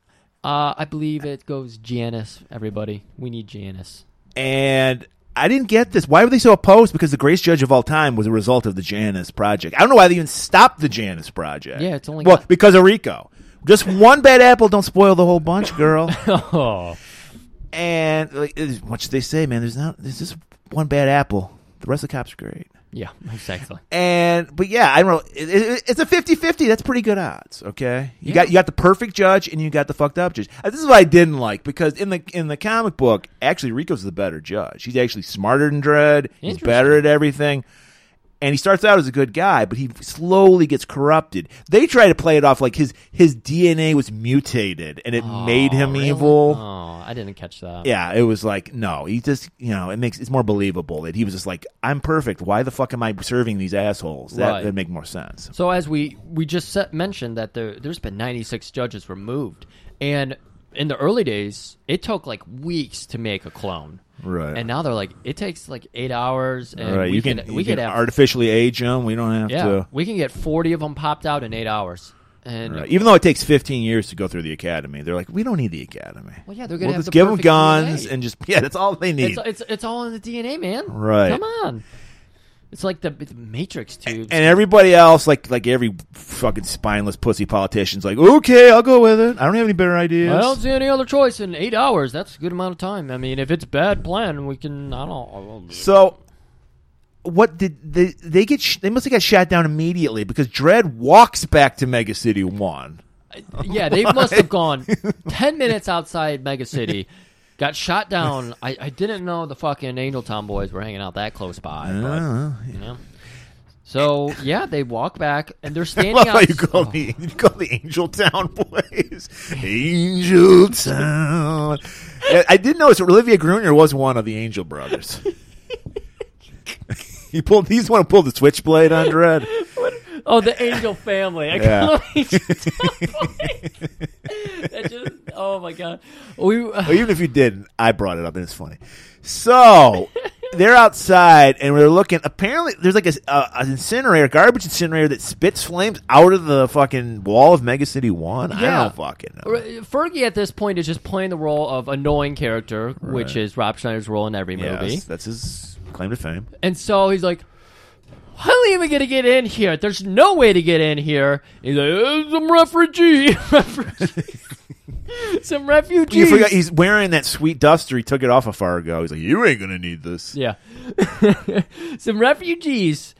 D: Uh, I believe it goes Janice. Everybody, we need Janice.
E: And I didn't get this. Why were they so opposed? Because the greatest judge of all time was a result of the Janus Project. I don't know why they even stopped the Janus Project.
D: Yeah, it's only
E: well
D: got-
E: because of Rico. Just one bad apple don't spoil the whole
D: (laughs)
E: bunch, girl.
D: Oh,
E: and like, as much as they say, man, there's not there's just one bad apple. The rest of the cops are great.
D: yeah, (laughs) exactly.
E: And but yeah, I don't know. It, it, it's a 50-50. That's pretty good odds. Okay, you got you got the perfect judge and you got the fucked up judge. Uh, This is what I didn't like because in the in the comic book, actually Rico's the better judge. He's actually smarter than Dredd. He's
D: Interesting.
E: better at everything. And he starts out as a good guy, but he slowly gets corrupted. They try to play it off like his his DNA was mutated and it made him evil.
D: Oh, I didn't catch that.
E: Yeah, it was like no, he just you know it makes it's more believable that he was just like I'm perfect. Why the fuck am I serving these assholes? That
D: Right.
E: would make more sense.
D: So as we we just set, mentioned that there there's been 96 judges removed, and in the early days it took like weeks to make a clone.
E: Right.
D: And now they're like it takes like eight hours, and
E: All right,
D: we
E: you
D: can,
E: can, you
D: we
E: can
D: could have
E: artificially age them. We don't have
D: yeah
E: to.
D: we can get 40 of them popped out in eight hours, and
E: Right. Even though it takes 15 years to go through the academy, they're like we don't need the academy.
D: Well, yeah, they're gonna
E: we'll
D: have
E: just
D: the
E: give them
D: perfect
E: guns
D: DNA.
E: and just (laughs) yeah, that's all they need.
D: it's, it's it's all in the DNA, man.
E: Right.
D: Come on. It's like the, the Matrix tubes.
E: and everybody else, like like every fucking spineless pussy politician's like, okay, I'll go with it. I don't have any better ideas.
D: I don't see any other choice in eight hours. That's a good amount of time. I mean, if it's bad plan, we can. I don't.
E: So, what did they? They get? Sh- they must have got shot down immediately because Dread walks back to Mega City One.
D: (laughs) Yeah, they must have
E: (laughs)
D: gone ten minutes outside Mega City, got shot down. I, I didn't know the fucking Angel Town boys were hanging out that close by. But, you know. So yeah, they walk back and
E: (laughs)
D: they're
E: I
D: standing
E: love how
D: out. Oh,
E: you call the (laughs) you call the Angel Town (laughs) boys Angel Town. I I did notice Olivia Gruner was one of the Angel Brothers. (laughs) he pulled. He's the one who pulled the switchblade on Dread.
D: Oh, the Angel family. I
E: Yeah.
D: call them Angel Town boys. That just, oh my god. We uh,
E: Or even if you didn't, I brought it up and it's funny. So
D: (laughs)
E: they're outside and we're looking. Apparently, there's like a, a an incinerator, garbage incinerator that spits flames out of the fucking wall of Mega City One. I
D: Yeah.
E: don't fucking know.
D: Re- Fergie at this point is just playing the role of annoying character, which is Rob Schneider's role in every
E: Yes,
D: movie.
E: that's his claim to fame.
D: And so he's like, "How are we even gonna get in here? There's no way to get in here." He's like, "Uh, "Some refugee, refugees. (laughs) some refugees."
E: You forgot he's wearing that sweet duster. He took it off of Fargo. He's like, "You ain't gonna need this."
D: yeah, (laughs) some refugees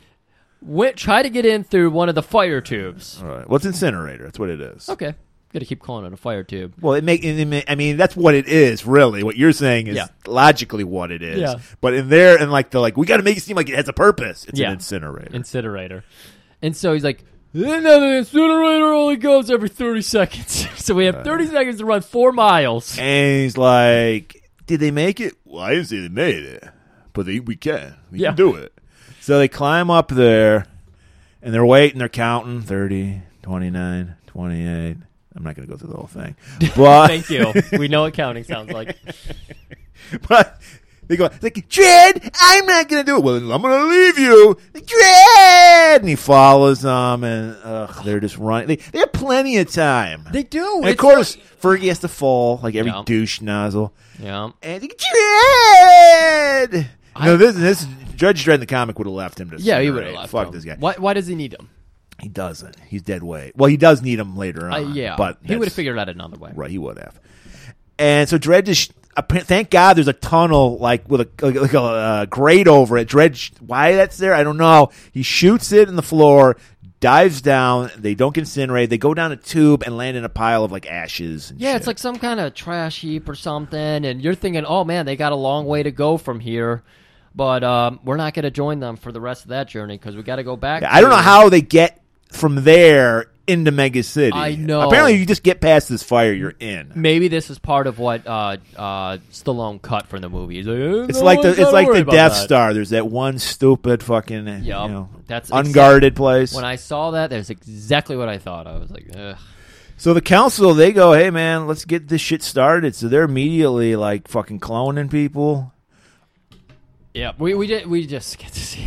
D: went try to get in through one of the fire tubes.
E: All right. Well, it's incinerator. That's what it is.
D: Okay, gotta keep calling it a fire tube.
E: Well, it make, it make- I mean, that's what it is, really. What you're saying is
D: Yeah.
E: logically what it is.
D: Yeah.
E: But in there, and like the like, we got to make it seem like it has a purpose. It's
D: Yeah.
E: an incinerator.
D: incinerator. And so he's like, another incinerator only goes every 30 seconds. (laughs) so we have 30 seconds to run four miles.
E: Uh. and he's like, "Did they make it? Well, I didn't say they made it, but they, we can. We
D: Yeah.
E: can do it." So they climb up there, and they're waiting. They're counting 30, 29, 28. I'm not going to go through the whole thing, but
D: (laughs) Thank you. We know what counting sounds like.
E: (laughs) But they go like, Dread, I'm not gonna do it. Well, I'm gonna leave you, Dread. And he follows them, and ugh, they're just running. They, they have plenty of time.
D: They do.
E: and of course, Fergie has to fall like every
D: Yeah.
E: douche nozzle.
D: yeah.
E: And he, Dread.
D: I-
E: no, this this Judge Dredd in the comic would have left him to.
D: Yeah, he
E: incinerate.
D: would have left.
E: Fuck
D: him.
E: this guy.
D: Why, why does he need him?
E: He doesn't. He's dead weight. Well, he does need him later
D: Uh,
E: on.
D: yeah,
E: but
D: he would have
E: that's-
D: figured it out another way.
E: Right, he would have. And so Dredd just. appa- Thank God there's a tunnel like with a like, like a uh, grate over it. Dredd, sh- why that's there, I don't know. He shoots it in the floor, dives down. They don't get incinerated. They go down a tube and land in a pile of like ashes. and
D: Yeah, it's
E: shit.
D: like some kind of trash heap or something, and you're thinking, "Oh man, they got a long way to go from here," but um, we're not going to join them for the rest of that journey because we got to go back.
E: I don't know
D: to-
E: how they get from there into Mega City.
D: I know.
E: Apparently, you just get past this fire, you're in.
D: Maybe this is part of what uh, uh, Stallone cut from the movie. He's like, "Eh,
E: It's
D: no
E: like the
D: one's
E: it's
D: gotta
E: like
D: worry
E: the
D: about
E: Death
D: that."
E: Star. There's that one stupid fucking you know,
D: that's exact-
E: unguarded place.
D: When I saw that, that's exactly what I thought. I was like, Ugh.
E: So the council, they go, hey man, let's get this shit started. So they're immediately like fucking cloning people.
D: "Yeah, we we did we just get to see."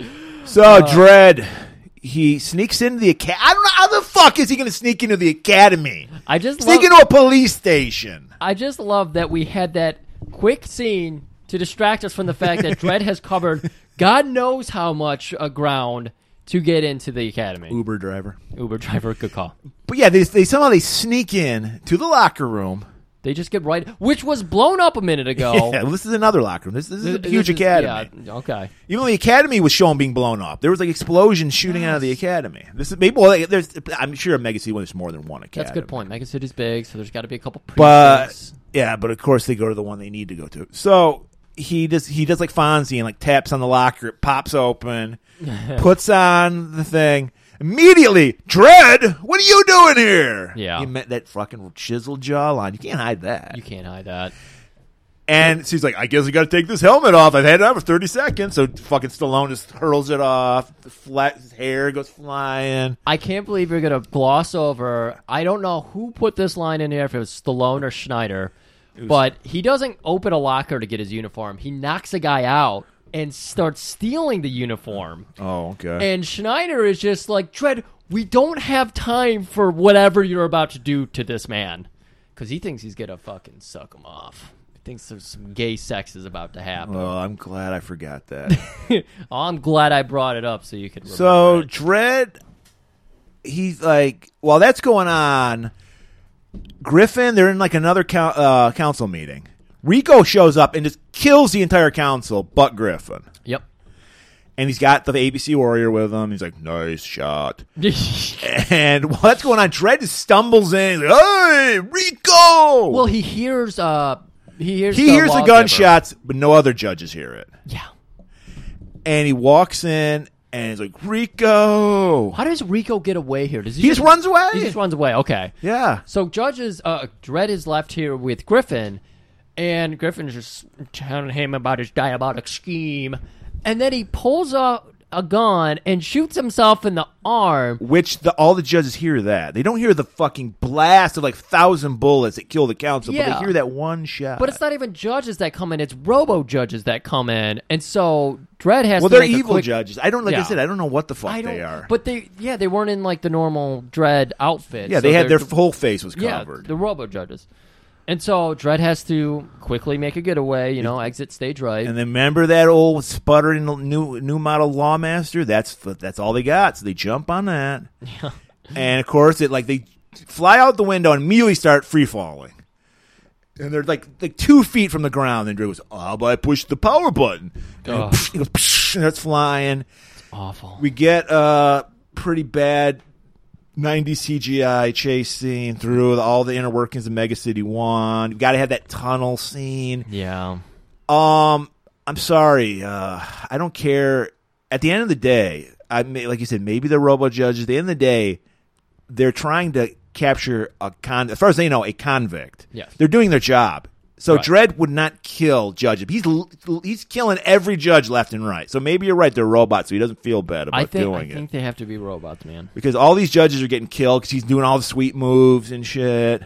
D: it.
E: So
D: Uh.
E: Dread, he sneaks into the academy. I don't know how the fuck is he going to sneak into the academy?
D: I just
E: Sneak
D: love,
E: into a police station.
D: I just love that we had that quick scene to distract us from the fact
E: (laughs)
D: that Dredd has covered God knows how much uh, ground to get into the academy. Uber,
E: Uber driver.
D: driver, good call.
E: But yeah, they, they somehow they sneak in to the locker room.
D: They just get right, which was blown up a minute ago.
E: (laughs) Yeah, well, this is another locker room. This, this is a
D: This
E: huge
D: is-
E: academy.
D: yeah, okay.
E: Even the academy was shown being blown up. There was like explosions shooting out of the academy. This is maybe well, like, there's I'm sure a mega city there's more than one academy.
D: That's a good point. Mega City's big, so there's got to be a couple
E: But
D: precincts.
E: yeah, but of course they go to the one they need to go to. So he does he does like Fonzie and like taps on the locker, it
D: (laughs)
E: pops open, puts on the thing. Immediately, Dread, what are you doing here?
D: Yeah.
E: You met that fucking chiseled jawline. You can't hide that.
D: You can't hide that.
E: And she's like, I guess I got to take this helmet off. I've had it on for 30 seconds. So fucking Stallone just hurls it off. The flat, his hair goes flying.
D: I can't believe you're going to gloss over. I don't know who put this line in here, if it was Stallone or Schneider, but he doesn't open a locker to get his uniform. He knocks a guy out and starts stealing the uniform.
E: Oh, okay.
D: And Schneider is just like, Dread, we don't have time for whatever you're about to do to this man. Because he thinks he's going to fucking suck him off. He thinks there's some gay sex is about to happen.
E: well, I'm glad I
D: (laughs)
E: forgot that.
D: I'm glad I brought it up so you could remember.
E: Uh-huh. so
D: it.
E: Dread, he's like, while that's going on, Griffin, they're in like another coun uh, council meeting. Rico shows up and just kills the entire council but Griffin.
D: Yep. (laughs)
E: And he's got the ABC Warrior with him. He's like, nice shot. (laughs) And while that's going on, Dredd just stumbles in. He's like, hey, Rico!
D: Well, he hears uh he hears
E: he
D: the
E: hears the
D: lawgiver.
E: gunshots, but no other judges hear it.
D: Yeah.
E: And he walks in and he's like, Rico!
D: How does Rico get away here? Does he,
E: He just runs away.
D: He just runs away. Okay.
E: Yeah.
D: So judges uh Dredd is left here with Griffin and Griffin's just telling him about his diabolic scheme and then he pulls out a gun and shoots himself in the arm.
E: Which the, all the judges hear that. They don't hear the fucking blast of like thousand bullets that kill the council, but
D: Yeah.
E: they hear that one shot.
D: But it's not even judges that come in, it's robo judges that come in. And so Dredd has to
E: Well, they're
D: make a
E: evil
D: quick-
E: judges. I don't, like I
D: Yeah.
E: said, I don't know what the fuck
D: I don't,
E: they are.
D: But they yeah, they weren't in like the normal dread outfit.
E: yeah,
D: so
E: they had
D: they're-
E: their whole face was
D: yeah,
E: covered.
D: the robo judges. And so Dread has to quickly make a getaway, you know, exit stage right.
E: And then remember that old sputtering new new model lawmaster? That's that's all they got. So they jump on that. And of course it like they fly out the window and immediately start free falling. And they're like like two feet from the ground, and Drew goes, Oh, but I pushed the power button. And
D: Ugh.
E: it goes, psh, and it's flying.
D: Awful.
E: We get a pretty bad 90 CGI chase scene through all the inner workings of Mega City 1. You've got to have that tunnel scene.
D: yeah.
E: Um, I'm sorry. Uh, I don't care. At the end of the day, I may, like you said, maybe the robo judges. At the end of the day, they're trying to capture a con. As far as they know, a convict.
D: Yes.
E: they're doing their job. So
D: Right.
E: Dredd would not kill judge. He's l- he's killing every judge left and right. So maybe you're right. They're robots, so he doesn't feel bad about
D: I think I
E: doing
D: think
E: it
D: they have to be robots, man.
E: because all these judges are getting killed because he's doing all the sweet moves and shit.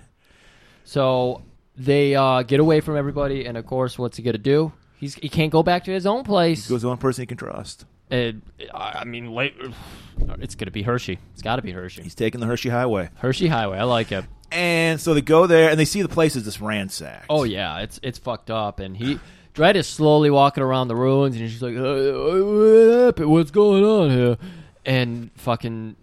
D: So they uh, get away from everybody and of course what's he gonna do? He's he can't go back to his own place.
E: Goes the one person he can trust.
D: And, I I mean late, (sighs) it's gonna be Hershey. It's gotta be Hershey.
E: He's taking the Hershey Highway.
D: Hershey Highway, I like it.
E: And so they go there and they see the place is just ransacked.
D: Oh yeah, it's it's fucked up, and he Dredd is slowly walking around the ruins, and he's just like, "Uh, uh, "What happened? What's going on here?" and fucking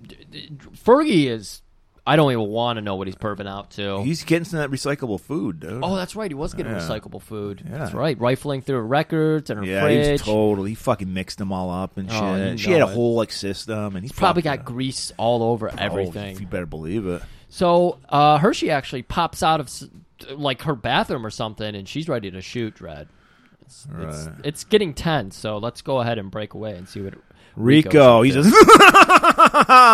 D: Fergie is. I don't even want to know what he's perving out to.
E: He's getting some of that recyclable food, dude.
D: oh, that's right. He was getting
E: Yeah.
D: recyclable food.
E: Yeah.
D: That's right. Rifling through records and her
E: yeah,
D: fridge.
E: he's totally. He fucking mixed them all up and
D: Oh,
E: shit.
D: you
E: she had
D: know
E: a
D: it.
E: whole like system, and he's
D: Probably
E: fucking-
D: got grease all over
E: Oh,
D: everything.
E: you better believe it.
D: So uh, Hershey actually pops out of s- like her bathroom or something, and she's ready to shoot Red. It's, it's,
E: Right.
D: it's getting tense, so let's go ahead and break away and see what
E: Rico,
D: Rico's
E: he's
D: up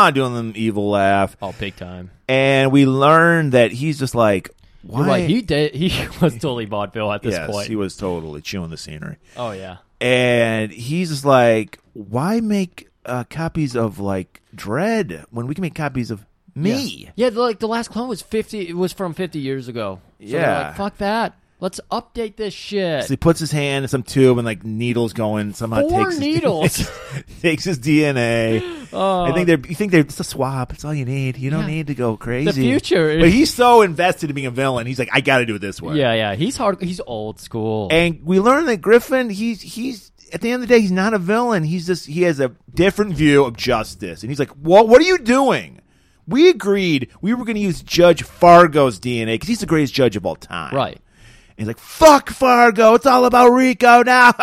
E: just (laughs) doing them evil laugh,
D: to. oh big time.
E: and we learn that he's just like, why?
D: You're right. He did. He (laughs) was totally vaudeville at this
E: yes,
D: point.
E: he was totally chewing the scenery,
D: oh yeah.
E: and he's just like, why make uh, copies of like Dread when we can make copies of me?
D: Yeah, the- like the last clone was fifty. It was from fifty years ago. So they're
E: Yeah.
D: like, fuck that. Let's update this shit.
E: So he puts his hand in some tube and like needles going. Somehow
D: Four
E: takes his-
D: needles.
E: (laughs)
D: Uh.
E: takes his DNA. I think they're. You think they're just a swab. It's all you need. You don't
D: Yeah.
E: need to go crazy.
D: future is-
E: But he's so invested in being a villain. He's like, I got to do it this way.
D: yeah, yeah. He's hard. He's old school.
E: And we learn that Griffin. He's he's at the end of the day, he's not a villain. He's just he has a different view of justice. And he's like, What? What are you doing? We agreed we were going to use Judge Fargo's DNA because he's the greatest judge of all time.
D: right.
E: And he's like, fuck Fargo. It's all about Rico now. (laughs)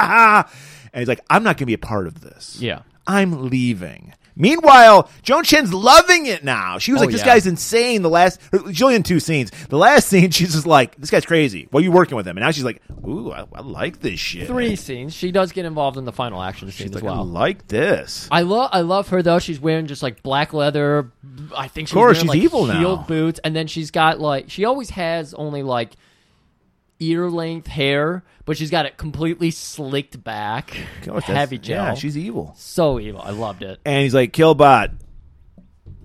E: and he's like, I'm not going to be a part of this.
D: Yeah.
E: I'm leaving. Meanwhile, Joan Chen's loving it now. She was
D: Oh,
E: like, this
D: yeah.
E: guy's insane. The last, Jillian, two scenes. The last scene, she's just like, this guy's crazy. Why are you working with him? And now she's like, ooh, I, I like this shit.
D: Three scenes. She does get involved in the final action scene
E: She's
D: as
E: like, I
D: well.
E: like this.
D: I love I love her though. She's wearing just like black leather. I think she's
E: course,
D: wearing,
E: she's
D: like,
E: evil now.
D: heeled boots, and then she's got like she always has only like ear length hair, but she's got it completely slicked back,
E: You know what, that's-
D: heavy gel.
E: Yeah, she's evil.
D: so evil. I loved it.
E: And he's like, Killbot,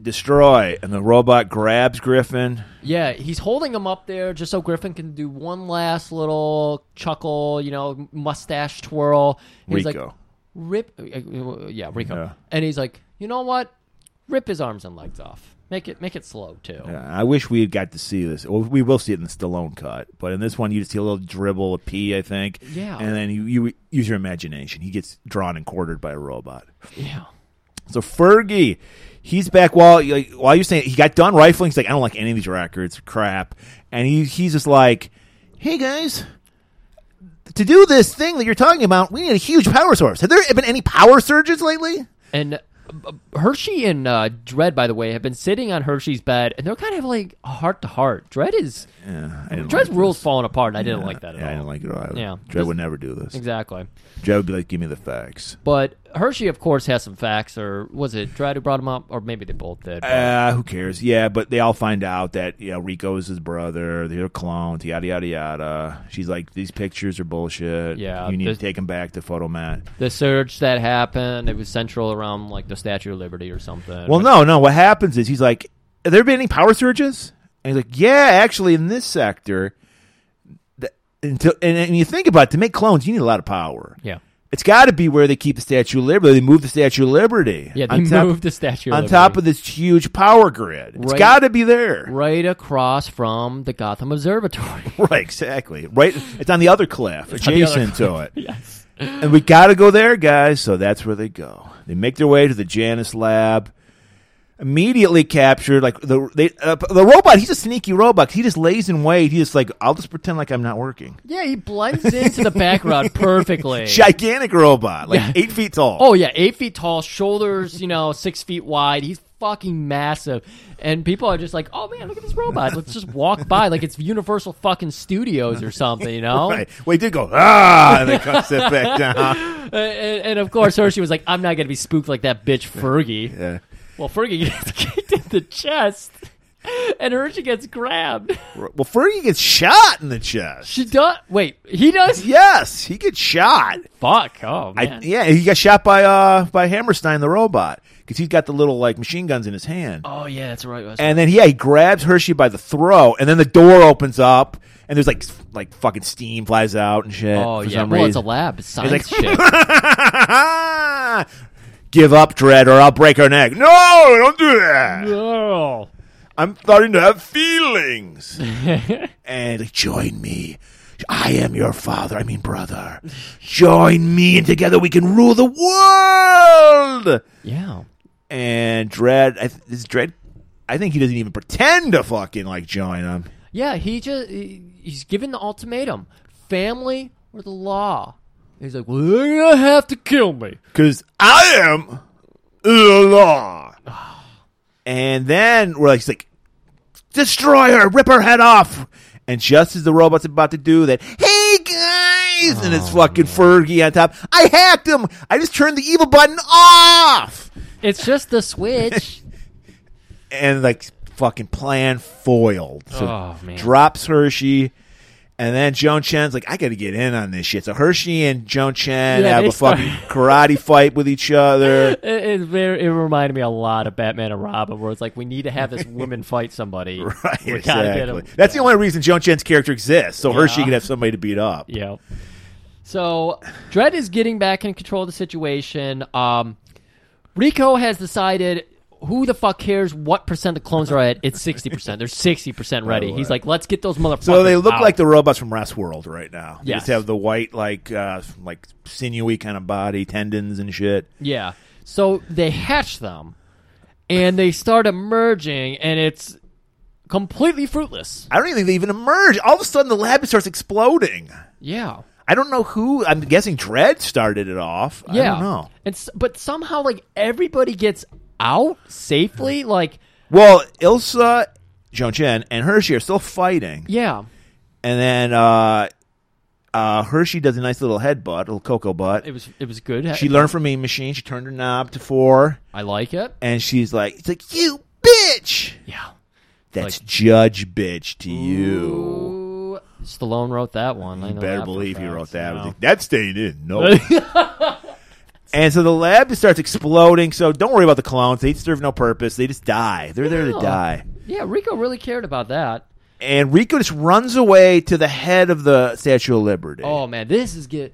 E: destroy. And the robot grabs Griffin.
D: Yeah, he's holding him up there just so Griffin can do one last little chuckle, you know, mustache twirl. He's
E: Rico.
D: like, rip, uh, uh, yeah, Rico,
E: Yeah.
D: and he's like, you know what? Rip his arms and legs off. Make it make it slow too.
E: Yeah, I wish we had got to see this. Well, we will see it in the Stallone cut, but in this one, you just see a little dribble, a pee, I think.
D: Yeah.
E: And then you, you use your imagination. He gets drawn and quartered by a robot.
D: yeah.
E: So Fergie, he's back while like, while you're saying he got done rifling. He's like, I don't like any of these records, crap. And he he's just like, Hey guys, to do this thing that you're talking about, we need a huge power source. Have there been any power surges lately?
D: And uh, Hershey and uh, Dread, by the way, have been sitting on Hershey's bed, and they're kind of like heart to heart. Dread is
E: Yeah, I didn't
D: Dread's
E: like
D: Uh, rules
E: this.
D: falling apart, and I didn't like that at
E: Yeah,
D: all.
E: I didn't like it at all.
D: Yeah.
E: Dread would never do this.
D: exactly.
E: Dread would be like, give me the facts.
D: But Hershey, of course, has some facts, or was it Dread who brought him up, or maybe they both did. but-
E: Uh, who cares? Yeah, but they all find out that you know, Rico is his brother. They're clones. Yada yada yada. She's like, these pictures are bullshit.
D: Yeah,
E: you need
D: this-
E: to take them back to Photomat.
D: the surge that happened, it was central around like the Statue of Liberty or something.
E: Well,
D: But-
E: no, no. What happens is he's like, have there been any power surges? And he's like, yeah, actually, in this sector, that, until, and, and you think about it, to make clones, you need a lot of power.
D: yeah,
E: It's got to be where they keep the Statue of Liberty. They move the Statue of Liberty.
D: yeah, they
E: on top-
D: moved the Statue of
E: on
D: Liberty
E: top of this huge power grid. It's
D: Right.
E: got to be there.
D: right across from the Gotham
E: (laughs)
D: Observatory.
E: Right, exactly. Right, it's on the other cliff,
D: on the other
E: adjacent to
D: (laughs)
E: it. yes, and we got to go there, guys. So that's where they go. They make their way to the Janus lab. Immediately captured, like the they, uh, the robot. He's a sneaky robot. He just lays in wait. He just like I'll just pretend like I'm not working.
D: yeah, he blends into the
E: (laughs)
D: background perfectly.
E: Gigantic robot, like
D: Yeah.
E: eight feet tall.
D: Oh yeah, eight feet tall, shoulders, you know, six feet wide. He's fucking massive, and people are just like, "Oh man, look at this robot! Let's just walk by like it's Universal fucking Studios or something," you know.
E: right. Well, he did go ah, and then comes it
D: (laughs)
E: back down.
D: Uh, and, and of course, Hershey was like, "I'm not gonna be spooked like that bitch Fergie."
E: Yeah.
D: Well, Fergie (laughs) gets kicked in the chest, and Hershey gets grabbed.
E: Well, Fergie gets shot in the chest.
D: She does. Wait, he does.
E: Yes, he gets shot.
D: Fuck. Oh
E: I,
D: man.
E: yeah, he got shot by uh by Hammerstein the robot because he's got the little like machine guns in his hand.
D: Oh yeah, that's right. that's
E: And then yeah, he grabs Hershey by the throat, and then the door opens up, and there's like s- like fucking steam flies out and shit.
D: right. Oh
E: for
D: yeah.
E: some
D: Well, it's a
E: reason.
D: lab. It's
E: He's
D: science
E: like,
D: shit.
E: (laughs) Give up, Dread, or I'll break her neck. No, don't do (laughs) that.
D: Oh. (laughs)
E: I'm starting to have feelings. and he's like, join me. I am your father, I mean brother. Join me and together we can rule the world.
D: Yeah.
E: And Dread, I th- is Dread, I think he doesn't even pretend to fucking like join him.
D: Yeah, he just he's given the ultimatum: family or the law. He's like, well, they're gonna have to kill me.
E: Because I am the law. And then we're like, he's like, destroy her, rip her head off. And just as the robot's about to do that, hey guys, and it's fucking Fergie on top. I hacked him. I just turned the evil button off.
D: It's just the
E: (laughs)
D: switch.
E: And like fucking plan foiled. So
D: Oh, man.
E: drops Hershey. And then Joan Chen's like, I got to get in on this shit. So Hershey and Joan Chen
D: Yeah,
E: have
D: they
E: a fucking karate fight with each other.
D: it, it, very- it reminded me a lot of Batman and Robin, where it's like we need to have this woman fight somebody. (laughs)
E: (laughs) Right,
D: we gotta get
E: exactly.
D: him.
E: That's the only reason Joan Chen's character exists, so Hershey
D: Yeah.
E: could have somebody to beat up.
D: Yeah. So Dredd is getting back in control of the situation. Um, Rico has decided who the fuck cares what percent the clones are at. It's sixty percent. They're sixty percent
E: (laughs)
D: ready. He's like, let's get those motherfuckers.
E: So they look
D: out.
E: like the robots from Westworld right now. They
D: Yes.
E: just have the white, like, uh, like sinewy kind of body, tendons and shit.
D: yeah. So they hatch them, and they start emerging, and it's completely fruitless.
E: I don't even think they even emerge. All of a sudden, the lab starts exploding.
D: Yeah.
E: I don't know who. I'm guessing Dread started it off.
D: Yeah.
E: I don't know.
D: And s- but somehow like everybody gets out safely. Like
E: Well, Ilsa, Joan Chen, and Hershey are still fighting.
D: yeah.
E: And then uh, uh, Hershey does a nice little headbutt, a little cocoa butt.
D: It was it was good.
E: She learned from Mean Machine. She turned her knob to four,
D: I like it.
E: and she's like, "It's like you bitch."
D: Yeah.
E: That's
D: Like-
E: Judge bitch to you.
D: Ooh, Stallone wrote that one. I know that
E: Better
D: for a
E: believe he
D: fact.
E: wrote that. I was
D: No.
E: like, That's staying in.
D: (laughs)
E: No. and so the lab starts exploding. So don't worry about the clones. They serve no purpose. They just die. They're there to
D: Yeah.
E: die.
D: Yeah, Rico really cared about that.
E: And Rico just runs away to the head of the Statue of Liberty.
D: Oh man, this is good.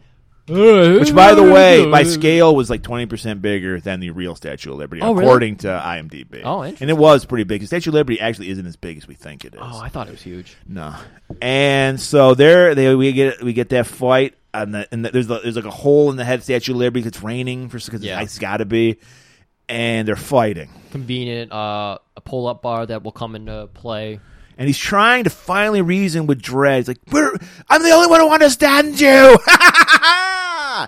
E: Which, by the way, by scale was like twenty percent bigger than the real Statue of Liberty,
D: Oh, really?
E: according to IMDb.
D: Oh, interesting.
E: and it was pretty big. The Statue of Liberty actually isn't as big as we think it is.
D: Oh, I thought it was huge.
E: no. And so there, they we get we get that fight, and the, and the, there's the, there's like a hole in the head of Statue of Liberty. 'cause It's raining for because
D: Yeah.
E: it's got to be, and they're fighting.
D: Convenient, uh, a pull-up bar that will come into play.
E: And he's trying to finally reason with Dredd. He's like, We're, I'm the only one who understands you. (laughs) and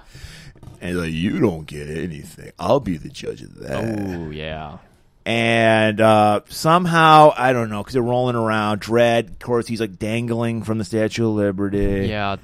E: he's like, You don't get anything. I'll be the judge of that. (laughs)
D: Ooh, yeah.
E: and uh, somehow I don't know because they're rolling around. Dread, of course, he's like dangling from the Statue of Liberty.
D: Yeah,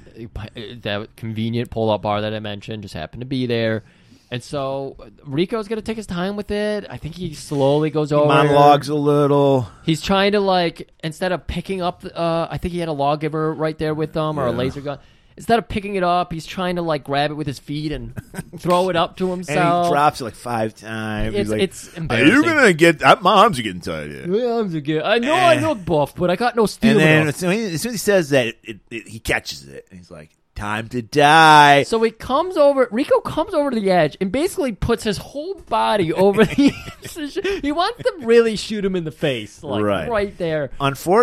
D: that convenient pull-up bar that I mentioned just happened to be there. And so Rico's gonna take his time with it. I think he slowly goes over
E: monologues a little.
D: He's trying to like instead of picking up. Uh, I think he had a lawgiver right there with him or a laser gun. Instead of picking it up, he's trying to like grab it with his feet and throw it up to
E: (laughs) And
D: himself.
E: he drops it like five times.
D: It's-
E: he's like,
D: it's
E: Are you
D: embarrassing.
E: gonna get? I, my arms are getting tired.
D: Yeah, I'm so good. I know I know buff, but I got no steel.
E: Eh. And then
D: enough.
E: as soon as, as soon as he says that, it, it, it, he catches it and he's like, "Time to die."
D: so he comes over. Rico comes over to the edge and basically puts his whole body over the. edge. he wants to really shoot him in the face, like
E: Right.
D: right, there.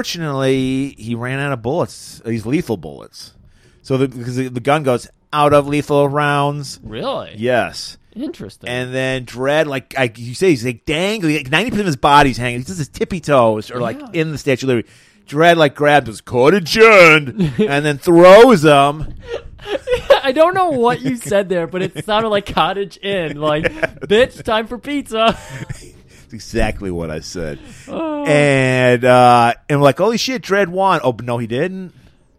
E: Unfortunately, he ran out of bullets. These lethal bullets. So the, because the, the gun goes out of lethal rounds.
D: Really?
E: Yes.
D: Interesting.
E: And then Dread, like I, you say, he's like dangling. Like ninety percent of his body's hanging. He's just his tippy toes are like in the Statue of Liberty. Dread like grabs his
D: (laughs)
E: court adjourned and then throws him.
D: (laughs) I don't know what you said there, but it sounded like cottage inn. Like, bitch, time for pizza. (laughs)
E: That's exactly what I said. And uh and we're like, holy shit, Dread won. Oh but no, he didn't.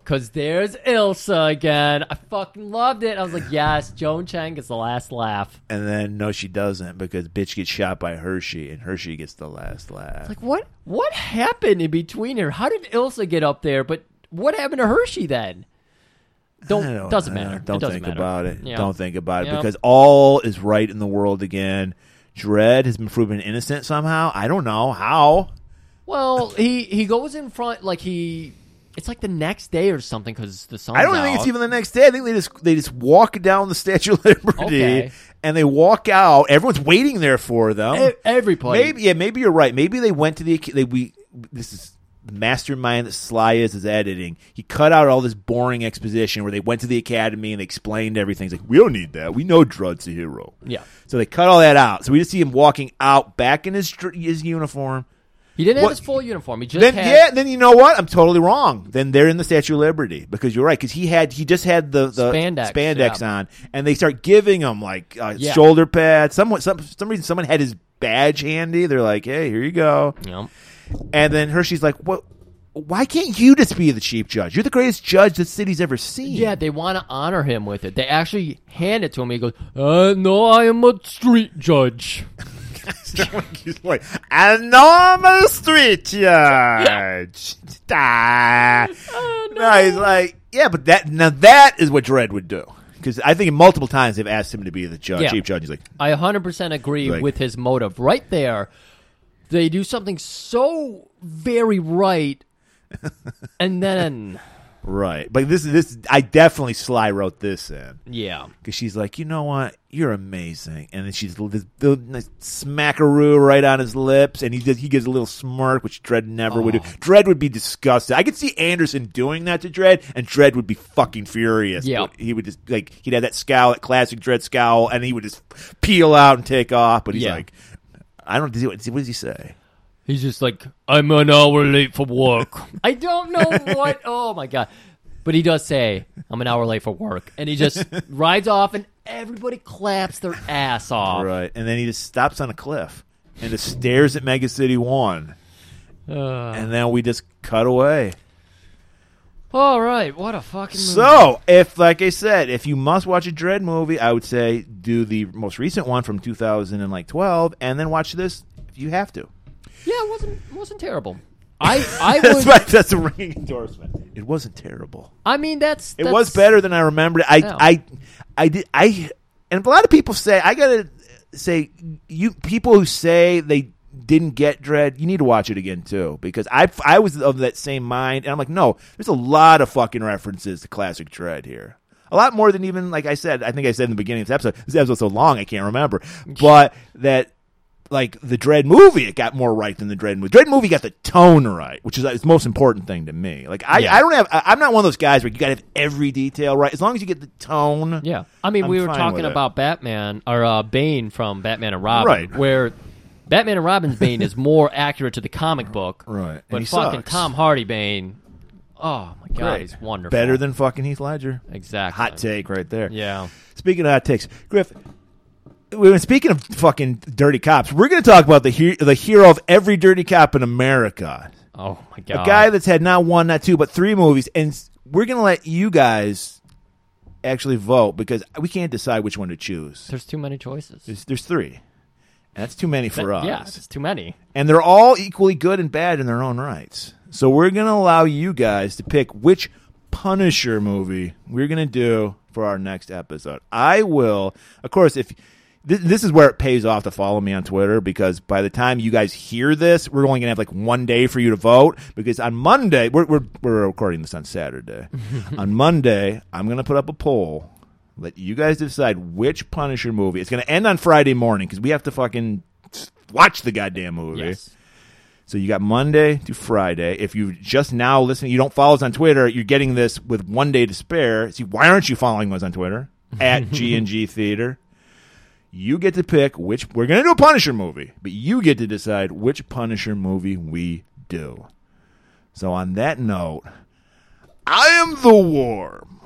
D: Cause there's Ilsa again. I fucking loved it. I was like, yes, Joan Chang gets the last laugh.
E: And then no, she doesn't because bitch gets shot by Hershey and Hershey gets the last laugh.
D: Like, what? What happened in between here? How did Ilsa get up there? But what happened to Hershey then? Don't,
E: I don't
D: doesn't
E: know.
D: matter. It
E: Don't
D: doesn't
E: think
D: matter.
E: about it.
D: Yeah.
E: Don't think about it
D: Yeah.
E: because all is right in the world again. Dread has been proven innocent somehow. I don't know how.
D: Well, he he goes in front like he. It's like the next day or something because the sun.
E: I don't think it's even the next day. I think they just they just walk down the Statue of Liberty
D: Okay.
E: and they walk out. Everyone's waiting there for them.
D: E- everybody.
E: Maybe yeah, maybe you're right. Maybe they went to the they we this is the mastermind that Sly is is editing. He cut out all this boring exposition where they went to the academy and they explained everything. He's like, we don't need that. We know Drud's a hero.
D: Yeah.
E: So they cut all that out. So we just see him walking out back in his dr- his uniform.
D: He didn't
E: What-
D: have his full uniform. He just
E: Then
D: had
E: yeah, then you know what? I'm totally wrong. Then they're in the Statue of Liberty because you're right. Because he had he just had the, the
D: Spandex, yeah.
E: on, and they start giving him like uh,
D: Yeah.
E: shoulder pads. Someone some for some reason someone had his badge handy. They're like, hey, here you go.
D: You know,
E: And then Hershey's like, "What? Why can't you just be the chief judge? You're the greatest judge the city's ever seen."
D: yeah, they want to honor him with it. They actually hand it to him. He goes, uh, "No, I am a street judge."
E: He's like, (laughs) "I know I'm a street judge." Ah. no. he's like, "Yeah, but that now that is what Dredd would do." Because I think multiple times they've asked him to be the judge,
D: Yeah.
E: chief judge. He's like,
D: I 100% agree
E: Like-
D: with his motive. Right there, they do something so very right,
E: (laughs)
D: and then
E: "Right," but this is this. I definitely Sly wrote this in.
D: yeah,
E: because she's like, you know what, you're amazing, and then she's this, the nice smackaroo right on his lips, and he does, he gives a little smirk, which Dredd never would do.
D: Oh.
E: Dredd would be disgusted. I could see Anderson doing that to Dredd, and Dredd would be fucking furious.
D: Yeah.
E: he would just like he'd have that scowl, that classic Dredd scowl, and he would just peel out and take off. But he's
D: Yeah.
E: like, I don't. does he- What does he say?
D: he's just like, "I'm an hour late for work." (laughs) I don't know (laughs) what. Oh my god! But he does say, "I'm an hour late for work," and he
E: (laughs)
D: just rides off, and everybody claps their
E: (laughs)
D: ass off.
E: Right, and then he just stops on a cliff and just stares at Mega City One,
D: Uh.
E: and then we just cut away.
D: All right, what a fucking movie.
E: So, if like I said, if you must watch a Dread movie, I would say do the most recent one from 2012, and then watch this if you have to. (laughs)
D: yeah, it wasn't wasn't terrible. I I
E: That's
D: would.
E: my, that's a ringing endorsement. It wasn't terrible.
D: I mean, that's
E: It was
D: that's-
E: better than I remembered. it. I
D: Yeah.
E: I I did I and a lot of people say I gotta say you people who say they didn't get dread you need to watch it again too because i i was of that same mind and i'm like no there's a lot of fucking references to classic dread here a lot more than even like i said i think i said in the beginning of this episode this episode's so long i can't remember but that like the dread movie it got more right than the dread movie dread movie got the tone right which is like, the most important thing to me like i,
D: Yeah.
E: I don't have I, i'm not one of those guys where you gotta have every detail right as long as you get the tone
D: Yeah, I mean,
E: I'm
D: we were
E: fine
D: talking
E: with it.
D: about Batman or uh, Bane from Batman and Robin,
E: Right.
D: Where Batman and Robin's Bane is more accurate to the comic book,
E: (laughs) Right, and
D: But
E: he
D: fucking
E: sucks.
D: Tom Hardy Bane, oh my god,
E: Great.
D: he's wonderful.
E: better than fucking heath ledger
D: exactly
E: hot take right there
D: Yeah,
E: speaking of hot takes griff we were speaking of fucking dirty cops we're gonna talk about the, he- the hero of every dirty cop in america
D: oh my god,
E: a guy that's had not one, not two, but three movies, and s- we're gonna let you guys actually vote because we can't decide which one to choose.
D: there's too many choices.
E: There's, there's three. And that's too many for us,
D: yeah, it's too many.
E: and they're all equally good and bad in their own rights. So we're gonna allow you guys to pick which Punisher movie we're gonna do for our next episode. I will, of course, if. thi- This is where it pays off to follow me on Twitter because by the time you guys hear this, we're only gonna have like one day for you to vote because on Monday we're we're, we're recording this on Saturday. on Monday, I'm gonna put up a poll, let you guys decide which Punisher movie. It's gonna end on Friday morning because we have to fucking watch the goddamn movie.
D: Yes.
E: So you got Monday to Friday. If you just now listening, you don't follow us on Twitter, you're getting this with one day to spare. See, why aren't you following us on Twitter? At G and G Theater. You get to pick which we're gonna do a Punisher movie, but you get to decide which Punisher movie we do. So on that note, I am the worm.